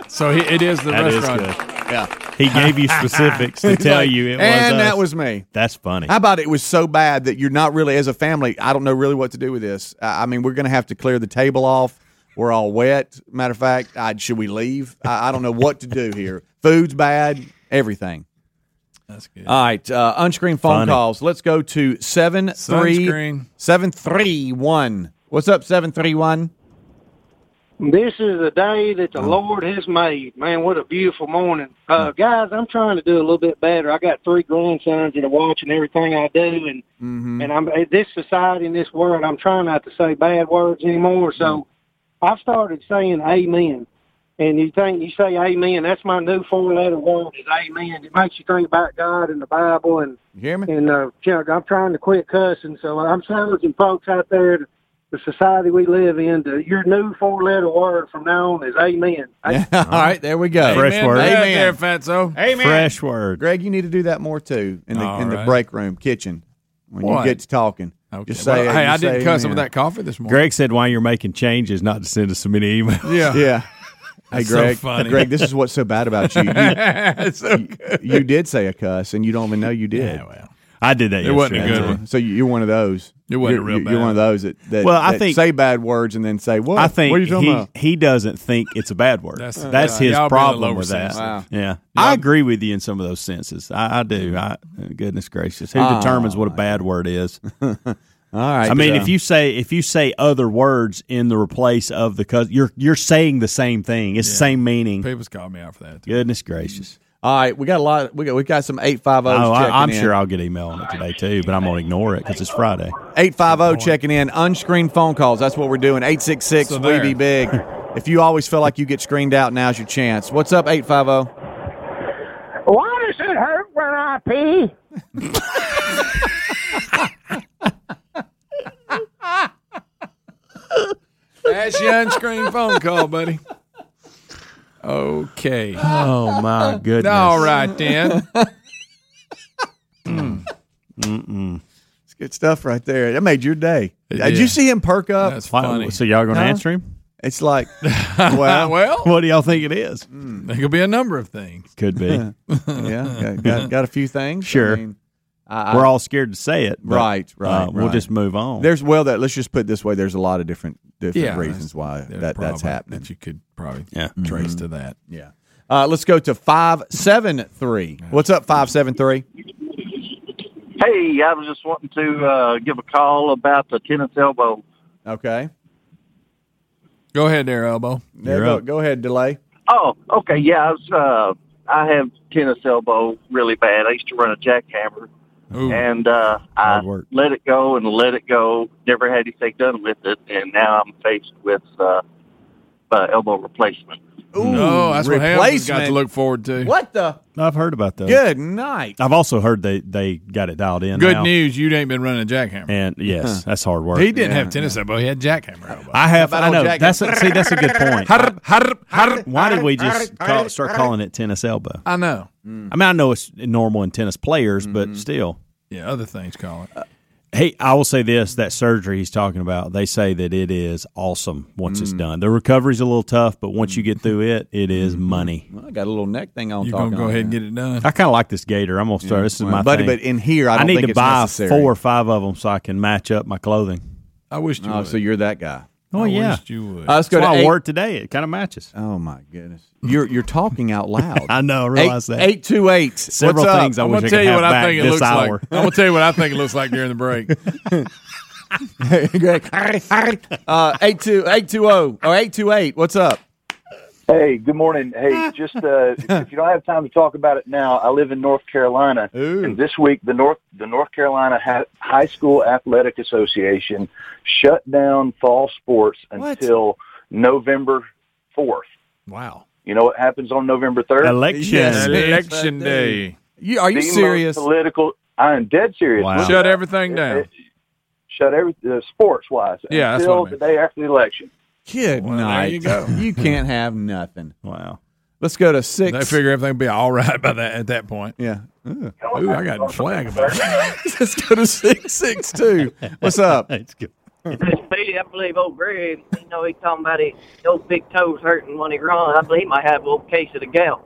So he, it is the
That is
restaurant.
good.
Yeah.
He gave you specifics to
He's
tell
like,
you it was
And
us."
that was me.
That's funny.
How about it was so bad that you're not really, as a family, I don't know really what to do with this. I I mean, we're going to have to clear the table off. We're all wet. Matter of fact, I, should we leave? I, I don't know what to do here. Food's bad, everything.
That's good.
All right, uh, unscreened phone
Funny.
calls. Let's go to seven three
Sunscreen.
seven three one. What's up, seven three one?
This is the day that the Lord has made. Man, what a beautiful morning. Uh, guys, I'm trying to do a little bit better. I got three grandsons that are watching everything I do and
Mm-hmm.
and I'm in this society in this world. I'm trying not to say bad words anymore. So I've started saying amen. And you think you say amen? That's my new four-letter word is amen. It makes you think about God and the Bible. And
you hear me?
And uh, you know, I'm trying to quit cussing. So uh, I'm challenging folks out there, to the society we live in, to your new four-letter word from now on is amen.
All right, there we go.
Fresh word.
Right there, Fatso.
Amen.
Fresh word.
Greg, you need to do that more too in the
All
in the
right.
break room kitchen when
What?
you get to talking. Just
Well,
say,
hey,
you
I didn't
say
cuss over
amen.
that coffee this morning.
Greg said while you're making changes, not to send us so many emails.
Yeah.
Yeah. Hey,
That's so
Greg.
funny.
Greg, this is what's so bad about you. You,
It's so good.
you did say a cuss, and you don't even know you did.
I did that.
It wasn't a
yesterday,
good
too.
one.
So you- you're one of those.
It wasn't
you're,
real
You're one of those that, that,
Well, I
that
think-
say bad words and then say what?
I think
what are you talking
he,
about?
he doesn't think it's a bad word. That's,
That's- uh,
his
y'all been a
problem
little
with that.
oversensitive.
Yeah, I agree with you in some of those senses. I, I do. I, goodness gracious, who
Oh,
determines what a bad word is?
All right.
I mean,
so-
if you say if you say other words in the replace of the cuz you're you're saying the same thing. It's the same meaning.
People's called me out for that.
Goodness gracious.
all right, we got a lot. We got we got some eight five zero.
Oh, I, I'm sure I'll get email on it today too, but I'm going to ignore it cuz it's Friday.
850 checking in. Unscreened phone calls. That's what we're doing. 866
So
We
there.
Be Big. If you always feel like you get screened out, now's your chance. What's up, oh? 850?
Why does it hurt when I pee?
That's your unscreened phone call, buddy. Okay.
Oh my goodness.
All right, then.
It's good stuff right there. That made your day.
It
did
did.
you see him perk up?
That's
Why-
funny.
So y'all going to
Huh?
answer him?
It's like,
Uh,
well,
well, Hmm.
What do y'all think it is?
there could be a number of things.
Could be.
yeah, got, got, got a few things.
Sure.
mean, I-
We're all scared to say it. but,
Right, right,
uh, We'll
right.
just move on.
There's well that let's just put it this way. There's a lot of different different
Yeah,
reasons why
there's
that that's
probably-
happening.
That you could probably
Yeah.
trace
Mhm.
to that.
Yeah. Uh, let's go to five seven three. What's up, five seven three?
Hey, I was just wanting to uh, give a call about the tennis elbow.
Okay.
Go ahead there, Elbow.
Yeah, go, go ahead, delay.
Oh, okay, yeah, I was. Uh, I have tennis elbow really bad. I used to run a jackhammer,
Hmm.
Ooh.
and uh, I let it go and let it go. Never had anything done with it, and now I'm faced with uh, uh, elbow replacement.
no, that's what Hale's got
replacement.
to look forward to.
What the?
I've heard about those.
Good night.
I've also heard they they got it dialed in.
Good
now.
news, you ain't been running a jackhammer.
And yes, that's hard work.
He didn't have tennis elbow. He had jackhammer elbow.
I have.
How about
I know.
old Jack-
That's a, see. That's a good point. Why did we just call, start calling it tennis elbow?
I know.
Mm. I mean, I know it's normal in tennis players, but still.
Yeah, other things call
Uh,
it.
Hey, I will say this: that surgery he's talking about, they say that it is awesome once it's
Mm.
done. The recovery's a little tough, but once you get through it, it is money.
Well, I got a little neck thing on.
You
talking
gonna go
on
ahead and
there.
get it done?
I kind of like this gator. I'm gonna start. This is
Well,
my
buddy,
thing.
but in here, I don't
need
think
to
it's
buy
necessary.
four or five of them so I can match up my clothing.
I wish you
Oh,
would.
so you're that guy.
Oh
I
yeah,
wished you would.
Uh, let's go
That's
to
why I
eight-
wore it today. It kind of matches.
Oh my goodness, you're you're talking out loud.
I know. I realize that.
Eight two eight.
Several
What's up?
things I
I'm
wish
gonna
I
tell
could
you
have
what I
back
think it
this
looks like.
hour.
I'm gonna tell you what I think it looks like during the break.
Greg, uh, eight two eight two zero or eight two eight. What's up?
Hey, good morning. Hey, just uh, if you don't have time to talk about it now, I live in North Carolina, and this week the North the North Carolina ha- High School Athletic Association shut down fall sports until November fourth.
Wow.
You know what happens on November third?
Election. Yes, Election day.
You- are you
The most
serious?
political. I am dead serious.
Wow.
Look
Shut
it up.
everything down.
It- it- shut every uh, sports wise.
Yeah, that's
until
what I
the day after the election.
Good night.
you go.
you can't have nothing.
Wow.
Let's go to six.
They figure everything will be all right by that at that point.
Yeah. Ooh,
I got flag about it.
Let's go to six six two. What's up?
Speedy, I believe old Greg, you know, he's talking about it, those big toes hurting when he runs. I believe he might have a little case of the gout.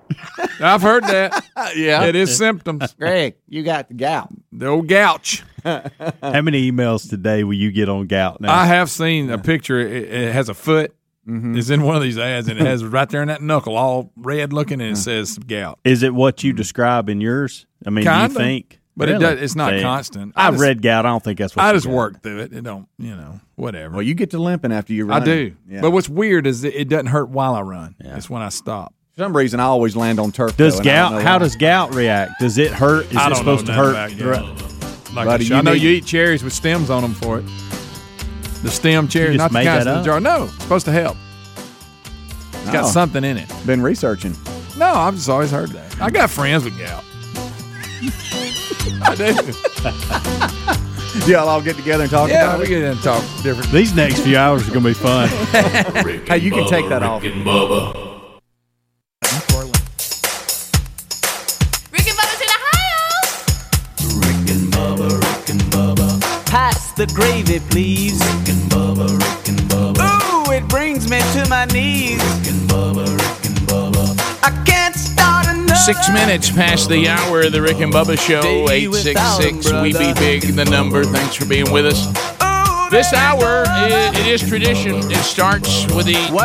I've heard that.
yeah,
it is symptoms.
Greg, you got the gout.
The old gouch.
How many emails today will you get on gout now?
I have seen a picture. It, it has a foot.
Mm-hmm.
It's in one of these ads, and it has right there in that knuckle, all red looking, and it says gout.
Is it what you describe in yours? I mean,
Kinda.
do you think?
But it does- it's not constant. I
I've
just-
read gout. I don't think that's what
I
you
just
got.
work through it. It don't, you know, whatever.
Well, you get to limping after you run.
I do.
Yeah.
But what's weird is that it doesn't hurt while I run. It's when I stop.
For some reason, I always land on turf.
Does
though, and I don't
gout?
know
How
why.
does gout react? Does it hurt? Is
I
it
don't
supposed
know
to hurt?
nothing
Right.
about gout. Like
Buddy,
a sh-
you
I know
need-
you eat cherries with stems on them for it. The stem cherry,
just
not the
made
kinds
that
in the
up?
jar. No, it's supposed to help. It's got
Oh.
something in it.
Been researching.
No, I've just always heard that. I got friends with gout. I do.
Yeah, I'll all get together and talk
Yeah,
about
we
it.
get in and talk different.
These next few hours are going to be fun.
hey, you can take that off.
Rick and Bubba.
Rick and Bubba's in Ohio.
Pass the gravy, please. Rick and Bubba, Rick and Bubba. Ooh, it brings me to my knees. Rick and Bubba, Rick and Bubba. I can't start another.
Six minutes past the hour of the Rick and Bubba Show, 866 We Be Big, the number. Thanks for being with us. This hour, i it is tradition. It starts with the national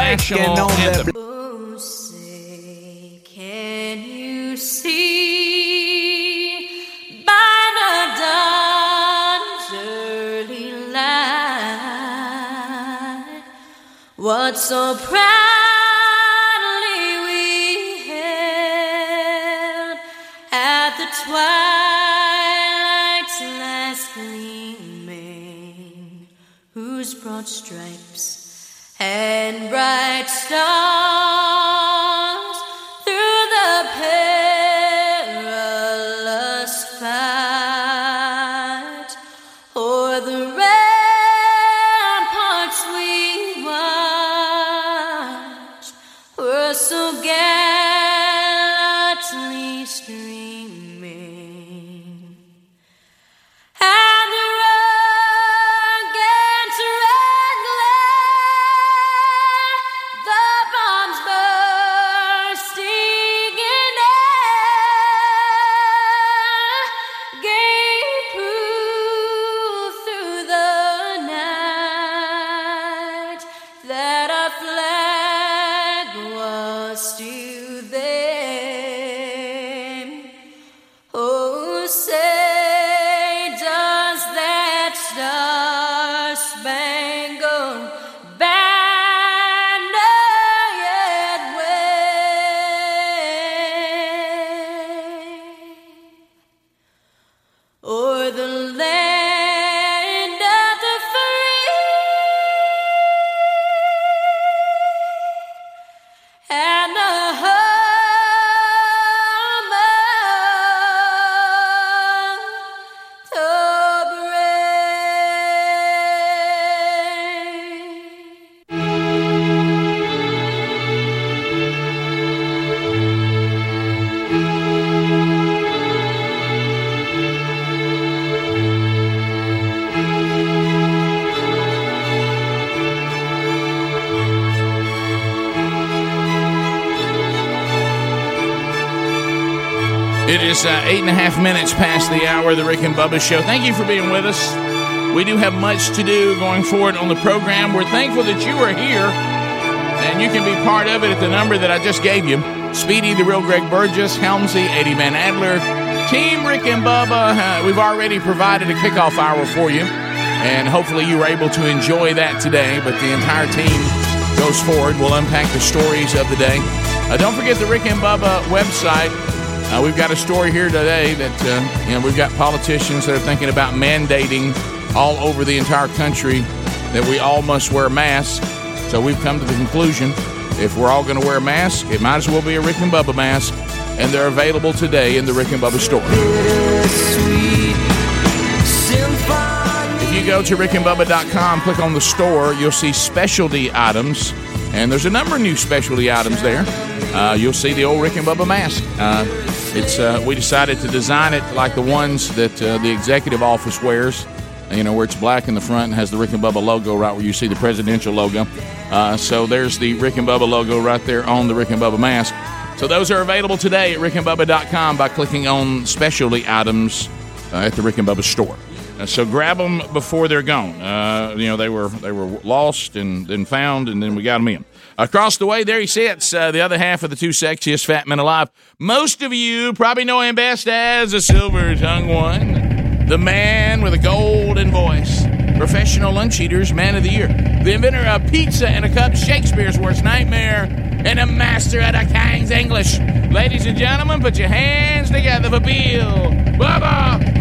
anthem.
Oh, say, can you see by the dawn's early light what so proudly we hailed at the twilight's last gleaming, whose broad stripes and bright stars through the perilous fight o'er the ramparts we watched were so gallantly streaming, and the rugged red the bombs burst.
flag was still there. Oh, say, does that star spangled banner yet wave o'er the land of the free? and the hum of the brave.
It is uh, eight and a half minutes past the hour of the Rick and Bubba Show. Thank you for being with us. We do have much to do going forward on the program. We're thankful that you are here and you can be part of it at the number that I just gave you. Speedy, the real Greg Burgess, Helmsy, Eddie Van Adler, Team Rick and Bubba. Uh, we've already provided a kickoff hour for you, and hopefully you were able to enjoy that today. But the entire team goes forward. We'll unpack the stories of the day. Uh, don't forget the Rick and Bubba website. Uh, we've got a story here today that uh, you know we've got politicians that are thinking about mandating all over the entire country that we all must wear masks. So we've come to the conclusion if we're all going to wear masks, it might as well be a Rick and Bubba mask, and they're available today in the Rick and Bubba store. If you go to rickandbubba.com, click on the store, you'll see specialty items, and there's a number of new specialty items there. Uh, you'll see the old Rick and Bubba mask. Uh, it's uh, we decided to design it like the ones that uh, the executive office wears. You know where it's black in the front and has the Rick and Bubba logo right where you see the presidential logo. Uh, so there's the Rick and Bubba logo right there on the Rick and Bubba mask. So those are available today at rickandbubba.com by clicking on specialty items uh, at the Rick and Bubba store. Uh, so grab them before they're gone. Uh, you know they were they were lost and then found, and then we got them in. Across the way, there he sits, uh, the other half of the two sexiest fat men alive. Most of you probably know him best as the silver tongue one, the man with a golden voice, professional lunch eaters, man of the year, the inventor of pizza and a cup, Shakespeare's worst nightmare, and a master at a king's English. Ladies and gentlemen, put your hands together for Bill Bubba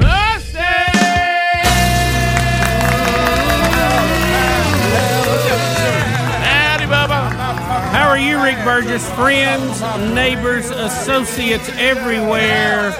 Howdy, Bubba.
How are you, Rick Burgess? Friends, neighbors, associates everywhere.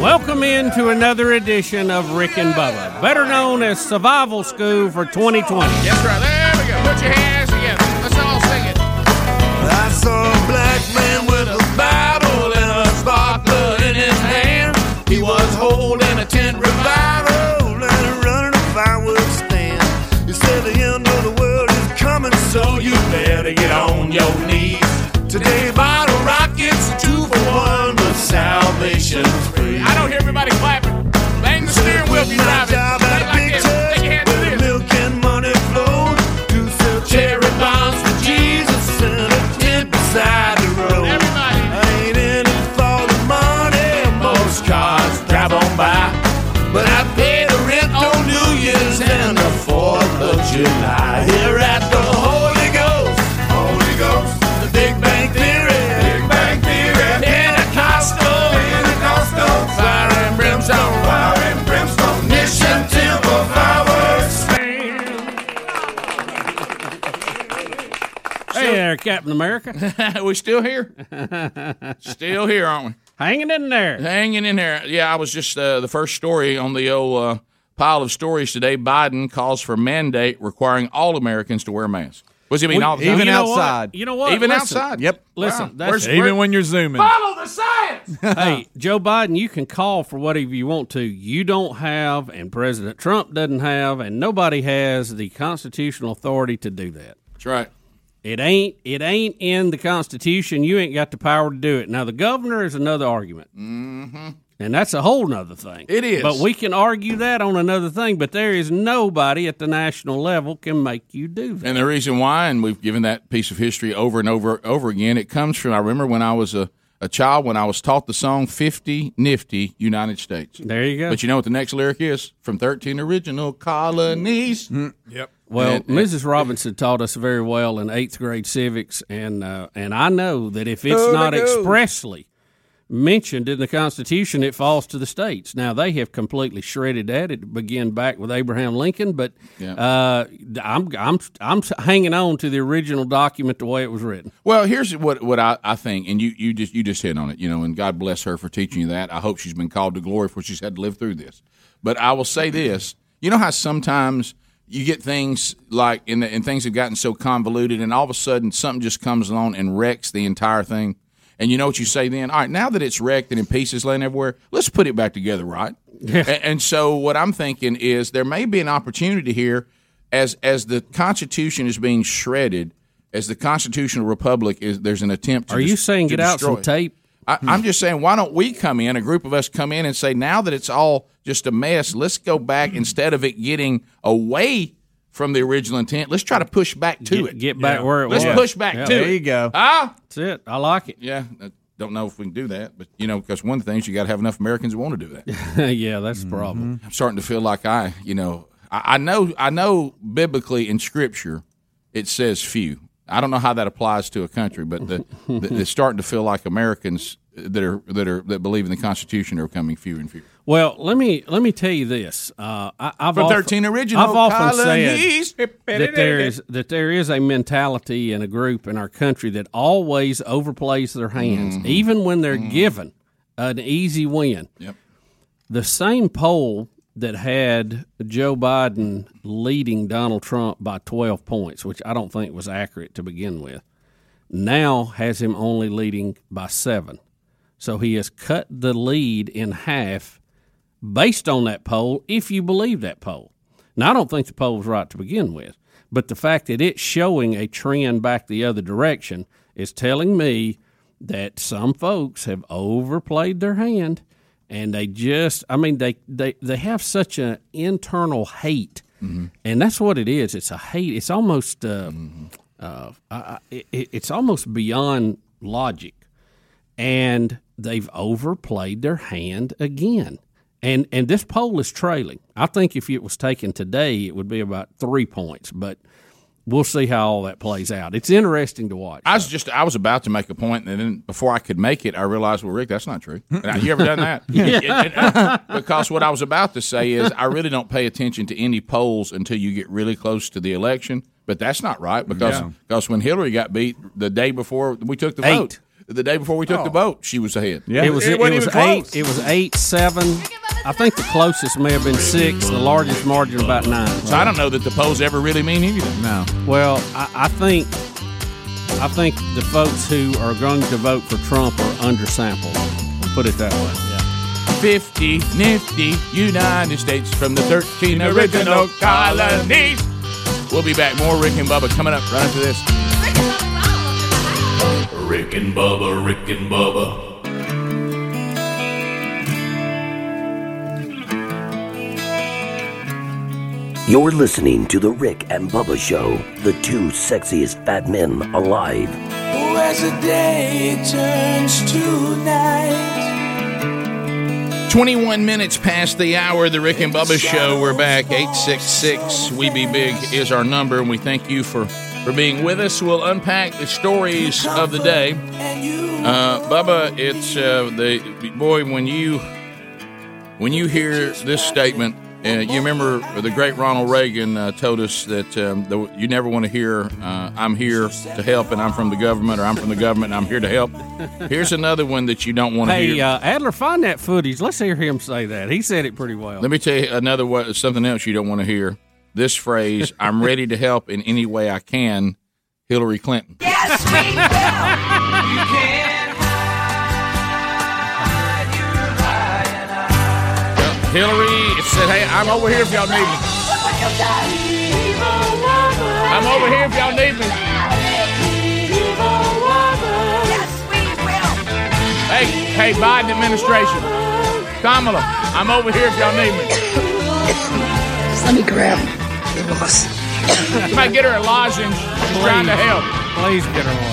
Welcome in to another edition of Rick and Bubba, better known as Survival School for 2020.
That's right. There we go. Put your hands together. Let's all sing it.
I saw a black man with a Bible and a sparkler in his hand. He was holding a tent revival and running a firewood stand. He said the end of the world is coming, so you better get on your knees. Today, bottle rockets, two for one, but salvation's free.
I don't hear everybody clapping. Bang the steering wheel if you're
My
driving.
job at a big tent where milk and money flowed. To sell cherry bombs for Jesus and a tent beside the road. I ain't in it for the money. Most cars drive on by, but I pay the rent on New Year's and the Fourth of July. Here at the Holy Ghost, Holy Ghost, the Big Bang Theory, Big Bang Theory, Pentecostal, Pentecostal, fire and brimstone, fire and brimstone, mission temple fireworks.
Hey there, Captain America.
we still here? Still here, aren't we?
Hanging in there.
Hanging in there. Yeah, I was just uh, the first story on the old uh, pile of stories today. Biden calls for mandate requiring all Americans to wear masks. Was he mean
Well,
all the
you
time?
know what? You know what?
Even
Listen.
outside.
Listen,
Wow.
that's-
Where's-
Even
where-
when you're zooming.
Follow the science.
hey, Joe Biden, you can call for whatever you want to. You don't have, and President Trump doesn't have, and nobody has the constitutional authority to do that.
That's right.
It ain't it ain't in the Constitution. You ain't got the power to do it. Now the governor is another argument. Mm-hmm. And that's a whole nother thing.
It is.
But we can argue that on another thing, but there is nobody at the national level can make you do that.
And the reason why, and we've given that piece of history over and over over again, it comes from I remember when I was a, a child when I was taught the song Fifty Nifty United States.
There you go.
But you know what the next lyric is? From thirteen original colonies.
Yep.
Well,
And- and-
Mrs. Robinson taught us very well in eighth grade civics, and uh, and I know that if it's
Oh,
not
no.
expressly mentioned in the Constitution, it falls to the states. Now they have completely shredded that. It began back with Abraham Lincoln, but uh, I'm I'm I'm hanging on to the original document the way it was written.
Well, here's what what I, I think, and you, you just you just hit on it, you know, and God bless her for teaching you that. I hope she's been called to glory for she's had to live through this. But I will say this: you know how sometimes you get things like, and, and things have gotten so convoluted, and all of a sudden something just comes along and wrecks the entire thing. And you know what you say then? All right, now that it's wrecked and in pieces laying everywhere, let's put it back together, right?
Yeah.
A- And, so what I'm thinking is there may be an opportunity here as as the Constitution is being shredded, as the Constitutional Republic is there's an attempt to
Are you
dis-
saying
to
get out some
destroy it.
tape?
I, I'm just saying, why don't we come in, a group of us come in and say, now that it's all just a mess, let's go back
Mm-hmm.
instead of it getting away from the original intent, let's try to push back to
Get-
it.
get back where it
let's
was.
push back
Yeah.
to
There
it.
you go.
Ah,
that's it. I like it.
Yeah. I don't know if we can do that, but you know, because one of the things you got to have enough Americans who want to do that.
yeah, that's the problem.
I'm starting to feel like I, you know, I, I know, I know biblically in Scripture it says few. I don't know how that applies to a country, but the, the, it's starting to feel like Americans that are that are that believe in the Constitution are becoming fewer and fewer.
Well, let me let me tell you this. Uh, I, I've
From
often-
13 original
I've often
colonies.
said that there is that there is a mentality in a group in our country that always overplays their hands,
Mhm.
even when they're given an easy win.
Yep.
The same poll that had Joe Biden leading Donald Trump by 12 points, which I don't think was accurate to begin with, now has him only leading by seven. So he has cut the lead in half based on that poll, if you believe that poll. Now, I don't think the poll was right to begin with, but the fact that it's showing a trend back the other direction is telling me that some folks have overplayed their hand and they just, I mean, they, they, they have such an internal hate. And that's what it is. It's a hate. It's almost, uh, uh, I- I- it, it's almost beyond logic and they've overplayed their hand again. And and this poll is trailing. I think if it was taken today, it would be about three points, but we'll see how all that plays out. It's interesting to watch.
I was just I was about to make a point, and then before I could make it, I realized, well, Rick, that's not true. Now, You ever done that?
Yeah.
because what I was about to say is I really don't pay attention to any polls until you get really close to the election. But that's not right because
Yeah.
because when Hillary got beat the day before we took the
Eight.
vote, the day before we took the
Oh.
vote, she was ahead.
it was it, was eight. It was eight seven. I think the closest may have been six. The largest margin about nine.
So I don't know that the polls ever really mean anything.
No. Well, I, I think I think the folks who are going to vote for Trump are undersampled. Put it that way. Yeah.
Fifty nifty United States from the thirteen original colonies. We'll be back. More Rick and Bubba coming up right after this.
Rick and Bubba, Rick and Bubba,
You're listening to The Rick and Bubba Show, the two sexiest fat men alive.
Oh, as the day turns to night.
21 minutes past the hour, the Rick and Bubba Show. We're back. 866 We Be Big E is our number, and we thank you for, for being with us. We'll unpack the stories of the day. Uh, Bubba, it's uh, the boy, when you when you hear this statement, uh, you remember the great Ronald Reagan uh, told us that um, the, you never want to hear, uh, I'm here to help and I'm from the government, or I'm from the government and I'm here to help. Here's another one that you don't want to hear.
Hey, uh, Adler, find that footage. Let's hear him say that. He said it pretty well.
Let me tell you another way, something else you don't want to hear. This phrase, "I'm ready to help in any way I can." Hillary Clinton.
Yes, we will. You can.
Hillary said, "Hey, I'm over here if y'all need me. I'm over here if y'all need me." Hey, hey, Biden administration, Kamala, I'm over here if y'all need me.
Let me grab the boss.
Might get her a lozenge. She's trying to help.
Please get her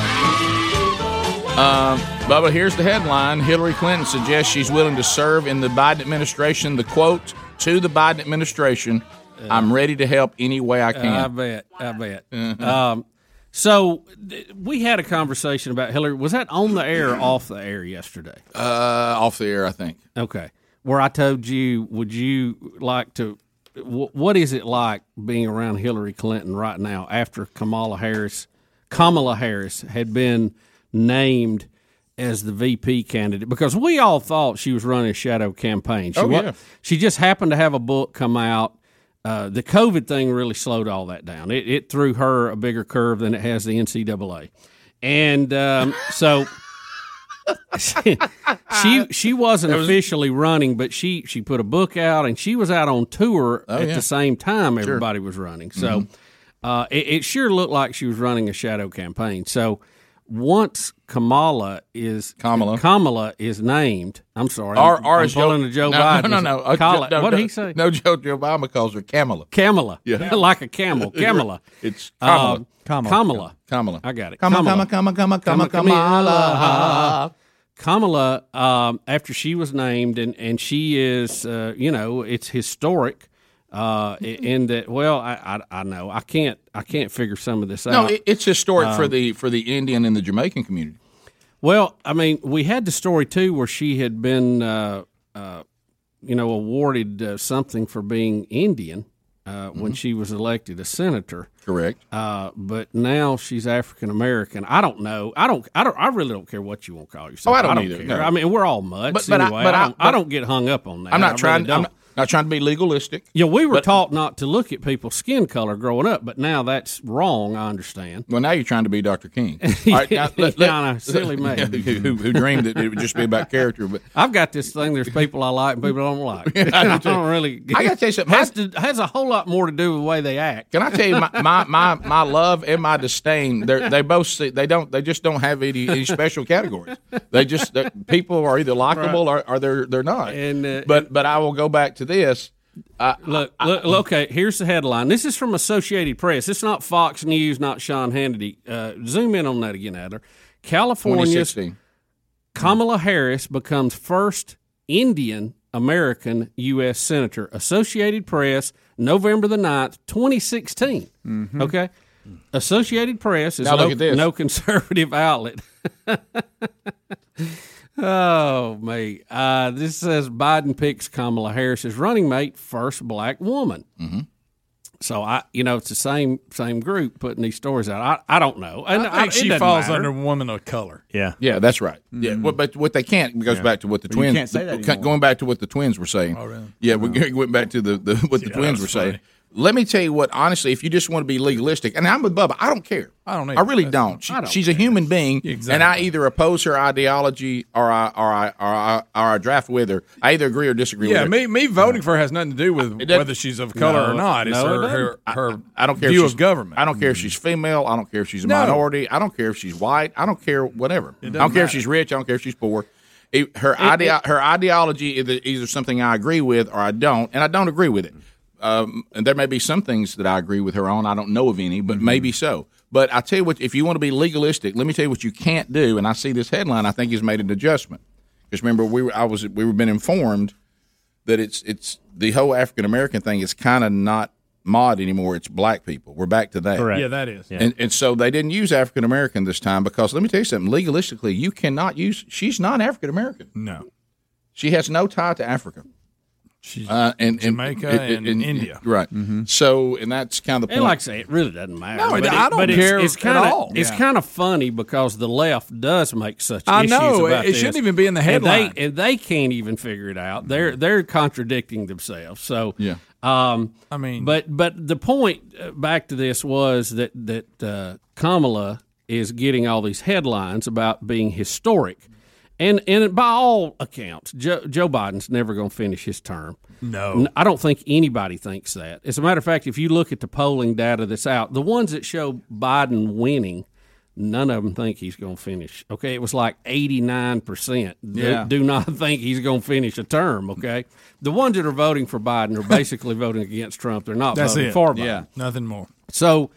Um, Bubba, here's the headline. Hillary Clinton suggests she's willing to serve in the Biden administration. The quote to the Biden administration I'm ready to help any way I can.
Uh,
Uh-huh.
I bet. I bet. Um, so th- we had a conversation about Hillary. Was that on the air or off the air yesterday?
Uh, off the air, I think.
Okay. Where I told you, would you like to? Wh- what is it like being around Hillary Clinton right now after Kamala Harris? Kamala Harris had been named as the VP candidate because we all thought she was running a shadow campaign. She
Oh,
wa-
yeah.
she just happened to have a book come out. Uh, the COVID thing really slowed all that down. It, it threw her a bigger curve than it has the NCAA, and um, so she she wasn't officially running, but she she put a book out and she was out on tour
Oh,
at
yeah.
the same time
Sure.
everybody was running. So
Mhm.
uh, it, it sure looked like she was running a shadow campaign. So once Kamala is Kamala Kamala is named, I'm sorry,
Or,
I'm-
or
I'm
as Joe,
pulling a Joe
no,
Biden.
No, no, no. Uh,
Kamala-
Jo- no,
what did
no,
he say?
No, Joe, Joe Obama calls her Kamala.
Kamala,
Yeah.
like a camel, Kamala.
It's Kamala.
Um, Kamala.
Kamala.
I got it.
Kamala, Kamala, Kamala, Kamala, Kamala.
Kamala, um, after she was named, and, and she is, uh, you know, it's historic uh, i- in that. Well, I, I I know I can't I can't figure some of this
No,
out.
it, it's historic for
Um,
the for the Indian and the Jamaican community.
Well, I mean, we had the story too where she had been, uh, uh, you know, awarded uh, something for being Indian uh,
Mm-hmm.
when she was elected a senator.
Correct.
Uh, but now she's African American. I don't know. I don't. I don't. I really don't care what you want to call yourself.
Oh, I don't either,
care.
no.
I mean, we're all mutts
But- but I-
anyway.
but I-
I, don't, I
but-
don't get hung up on that.
I'm
I
not
really
trying. I'm
don't.
not, not trying to be legalistic.
Yeah, we were taught not to look at people's skin color growing up, but now that's wrong. I understand.
Well, now you're trying to be Dr. King. All right, now, let-
Yeah,
let-
I know. Silly me.
who, who dreamed that it would just be about character? But
I've got this thing. There's people I like and people I don't like.
Yeah, I do
I
too.
don't really.
I gotta tell you something.
Has, to, has a whole lot more to do with the way they act.
Can I tell you my my my, my love and my disdain? They they both see, they don't they just don't have any, any special categories. They just they're- people are either likable or, or they're they're not.
And uh,
But but I will go back to this. I,
look, look, look, okay. Here's the headline. This is from Associated Press. It's not Fox News, not Sean Hannity. Uh, zoom in on that again, Adler. California's
2016.
Kamala Harris becomes first Indian American U.S. senator. Associated Press, November the 9th, 2016. Okay. Associated Press is
Mm-hmm. Now
no,
look at this.
no conservative outlet. oh, me. Uh, this says Biden picks Kamala Harris as running mate, first black woman. Mm-hmm. So I, you know, it's the same same group putting these stories out. I, I don't know. And
I think
it
she
doesn't
falls
matter.
under woman of color.
Yeah, yeah, that's right. Yeah, well, but what they can't goes
Mm-hmm. Yeah.
back to what the
But you
twins.
can't say that
the-
anymore.
going back to what the twins were saying.
Oh, really?
Yeah, we we went back to the, the what the
that
twins
was
were
funny.
saying. Let me tell you what, honestly, if you just want to be legalistic, and I'm with Bubba, I don't care.
I don't. Either.
I really
That's-
don't. She,
I don't
she's a human being,
Exactly.
and I either oppose her ideology or I or I or I, or I draft with her. I either agree or disagree.
Yeah,
with
me
her.
me voting for her has nothing to do with
doesn't-
whether she's of color or not. It's her, her
I-
her
I, don't care
view
if she's
of government. Mm-hmm.
I don't care if she's female. I don't care if she's a
No.
minority. I don't care if she's white. I don't care whatever. I
It
don't
doesn't
care if
matter.
she's rich. I don't care if she's poor. It- her idea, her ideology is either something I agree with or I don't, and I don't agree with it. Um, and there may be some things that I agree with her on. I don't know of any, but
Mm-hmm.
maybe so. But I tell you what, if you want to be legalistic, let me tell you what you can't do. And I see this headline. I think he's made an adjustment because remember we were I was we were been informed that it's it's the whole African American thing is kind of not mod anymore. It's black people. We're back to that.
Correct. Yeah, that is.
And and so they didn't use African American this time because let me tell you something. Legalistically, you cannot use. She's not African American.
No.
She has no tie to Africa.
She's
uh, and,
Jamaica and India. Mm.
Right. So and that's kind of the
And
point.
like I say, it really doesn't matter.
Mm-hmm. No, it-
But
I don't
but
care
it's, it's
at
kinda,
all.
It's
Yeah.
kind of funny because the left does make such
I
issues
know.
about
It- it
this.
shouldn't even be in the headline. Mm-hmm.
And they, and they can't even figure it out. They're they're contradicting themselves. So
yeah.
Um,
I mean-
but but the point uh, back to this was that that uh, Kamala is getting all these headlines about being historic, and and by all accounts, Joe, Joe Biden's never going to finish his term.
No.
N- I don't think anybody thinks that. As a matter of fact, if you look at the polling data that's out, the ones that show Biden winning, None of them think he's going to finish. Okay, it was like eighty nine percent
Yeah.
do not think he's going to finish a term. Okay, the ones that are voting for Biden are basically voting against Trump. They're not
That's
voting
it.
for Biden.
Yeah, nothing more.
So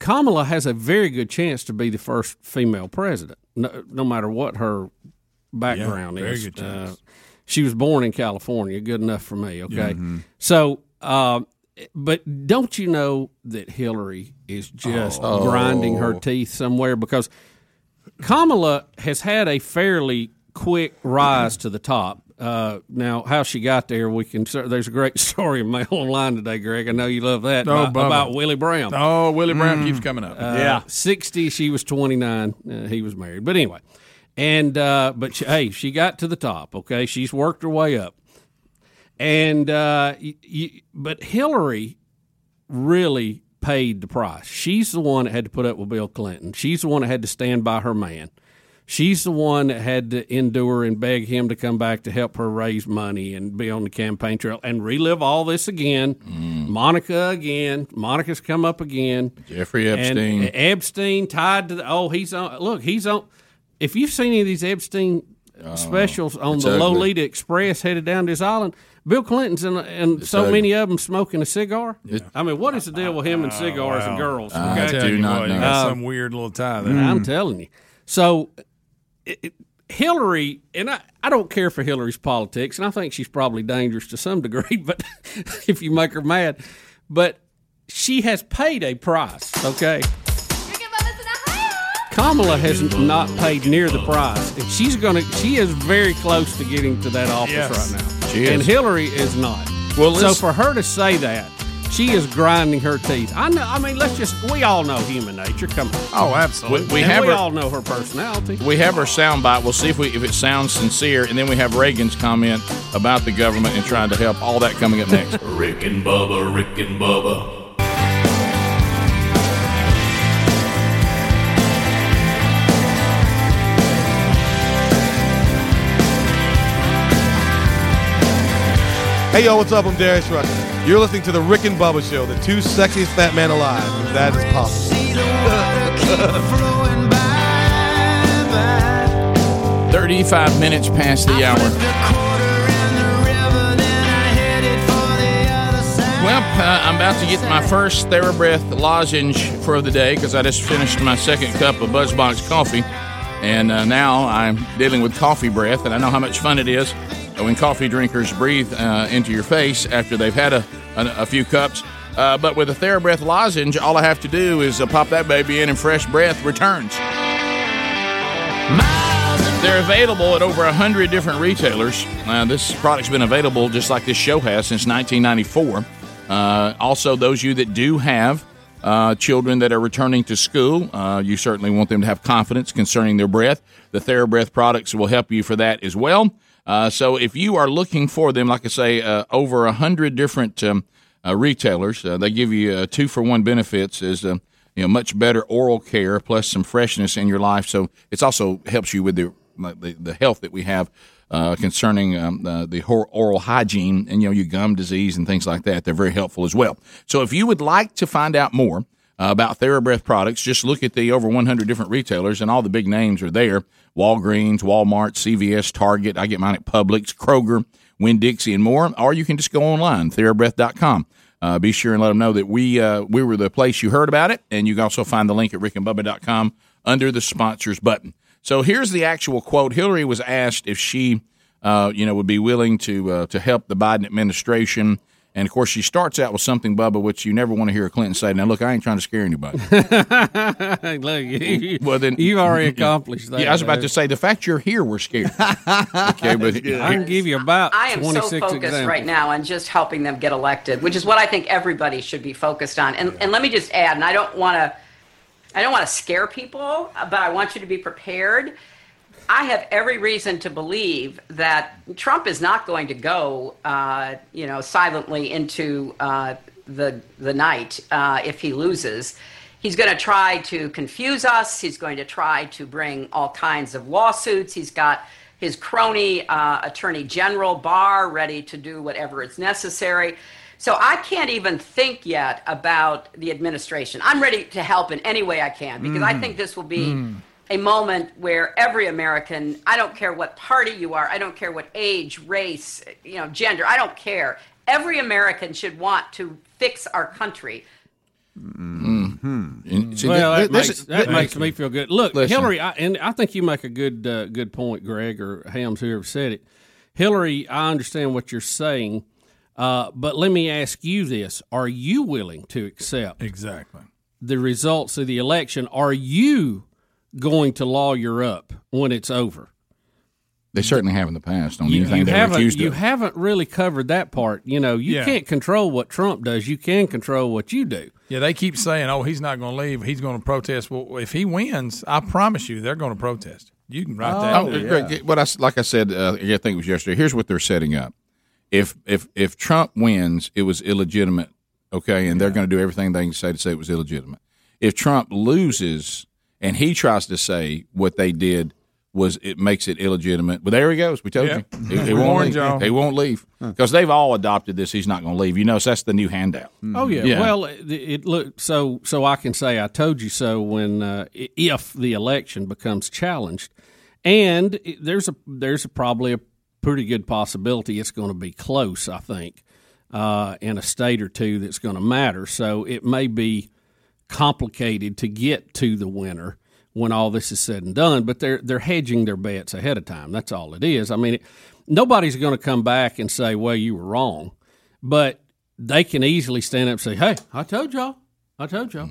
Kamala has a very good chance to be the first female president, no, no matter what her background
Yeah, very
is. Uh,
good chance.
she was born in California. Good enough for me. Okay.
Yeah. Mhm.
So, um, but don't you know that Hillary is just
Oh.
grinding her teeth somewhere because Kamala has had a fairly quick rise to the top. Uh, now, how she got there, we can. cer- There's a great story in Mail Online today, Greg. I know you love that
Oh,
about-
Bubba.
about Willie Brown.
Oh, Willie
Mm.
Brown keeps coming up.
Uh,
Yeah.
sixty. She was twenty nine. Uh, he was married, but anyway. And uh, but she, hey, she got to the top. Okay, she's worked her way up. And uh, y y but Hillary really paid the price. She's the one that had to put up with Bill Clinton. She's the one that had to stand by her man. She's the one that had to endure and beg him to come back to help her raise money and be on the campaign trail and relive all this again.
Mm.
Monica again. Monica's come up again.
Jeffrey
And
Epstein.
Epstein tied to the oh he's on look he's on. If you've seen any of these Epstein specials on
Oh, it's
the
ugly.
Lolita Express headed down to his island, Bill Clinton's and, and so
ugly.
many of them smoking a cigar. I mean, what is the deal with him and cigars and girls?
I
okay?
Oh, tell you what, you got some
Um,
weird little tie there.
I'm telling you. So it, it- Hillary, and I, I don't care for Hillary's politics, and I think she's probably dangerous to some degree, but if you make her mad, but she has paid a price, okay? Kamala has not paid near the price. And she's going to, she is very close to getting to that office
Yes.
right now.
She is.
And Hillary is not.
Well,
so
let's-
for her to say that, she is grinding her teeth. I know. I mean, let's just—we all know human nature. Come on.
Oh, absolutely. We- we
And
have
we
her-
all know her personality.
We have our soundbite. We'll see if we if it sounds sincere, and then we have Reagan's comment about the government and trying to help. All that coming up next.
Rick and Bubba, Rick and Bubba,
Hey, yo, what's up? I'm Darius Rucker. You're listening to The Rick and Bubba Show, the two sexiest fat man alive. If that is possible.
35 minutes past the hour. Well, uh, I'm about to get my first TheraBreath lozenge for the day because I just finished my second cup of Buzzbox coffee. And uh, now I'm dealing with coffee breath, and I know how much fun it is when coffee drinkers breathe uh, into your face after they've had a, a, a few cups. Uh, but with a TheraBreath lozenge, all I have to do is uh, pop that baby in, and fresh breath returns. They're available at over 100 different retailers. Uh, this product's been available just like this show has since 1994. Uh, also, those of you that do have uh, children that are returning to school, uh, you certainly want them to have confidence concerning their breath. The TheraBreath products will help you for that as well. Uh, so, if you are looking for them, like I say, uh, over 100 different um, uh, retailers, uh, they give you uh, two for one benefits. Is uh, you know much better oral care plus some freshness in your life so it's also helps you with the the, the health that we have uh, concerning um, uh, the hor- oral hygiene and you know your gum disease and things like that they're very helpful as well so if you would like to find out more uh, about TheraBreath products, just look at the over 100 different retailers, and all the big names are there Walgreens, Walmart, CVS, Target. I get mine at Publix, Kroger, Winn Dixie, and more. Or you can just go online, therabreath.com. Uh, be sure and let them know that we uh, we were the place you heard about it, and you can also find the link at rickandbubba.com under the sponsors button. So here's the actual quote: Hillary was asked if she, uh, you know, would be willing to uh, to help the Biden administration, and of course she starts out with something, Bubba, which you never want to hear Clinton say. Now, look, I ain't trying to scare anybody.
Look, you-
well, then
you've already accomplished that.
Yeah, I was about
there.
to say the fact you're here, we're scared. okay, but
I can give you about
I am so
26
focused
examples.
right now on just helping them get elected, which is what I think everybody should be focused on. And, and let me just add, and I don't want to, I don't want to scare people, but I want you to be prepared. I have every reason to believe that Trump is not going to go, uh, you know, silently into uh, the the night uh, if he loses. He's going to try to confuse us. He's going to try to bring all kinds of lawsuits. He's got his crony uh, Attorney General Barr ready to do whatever is necessary. So I can't even think yet about the administration. I'm ready to help in any way I can because I
Mm.
think this will be
Mm.
a moment where every American, I don't care what party you are, I don't care what age, race, you know, gender, I don't care. Every American should want to fix our country.
Mm-hmm. And see,
well,
thi-
that,
thi- this
makes,
is-
that
thi-
makes me feel good. Look,
Listen.
Hillary, I, and I think you make a good uh, good point, Greg or Hams, whoever said it. Hillary, I understand what you're saying, uh, but let me ask you this: Are you willing to accept
exactly
the results of the election? Are you going to lawyer up when it's over?
They certainly have in the past on anything
you
they
haven't
accused
you
of.
haven't really covered that part. You know, you
Yeah.
can't control what Trump does. You can control what you do.
Yeah, they keep saying, "Oh, he's not going to leave. He's going to protest." Well, if he wins, I promise you, they're going to protest. You can write that.
Oh, Greg, what I s- like I said, uh, I think it was yesterday. Here's what they're setting up: if if if Trump wins, it was illegitimate, okay, and they're going to do everything they can say to say it was illegitimate. If Trump loses and he tries to say what they did was it makes it illegitimate, well, there he goes. We told
Yep.
you, he,
We
he
warned
won't
y'all.
leave. He won't leave because they've all adopted this. He's not going to leave. You know, so that's the new handout.
Oh yeah. Well, it, it look so so I can say I told you so when uh, i- if the election becomes challenged, and it- there's a there's a, probably a pretty good possibility it's going to be close. I think uh, in a state or two that's going to matter. So it may be complicated to get to the winner when all this is said and done. But they're they're hedging their bets ahead of time. That's all it is. I mean, it, nobody's going to come back and say, "Well, you were wrong," but they can easily stand up and say, "Hey, I told y'all, I told y'all."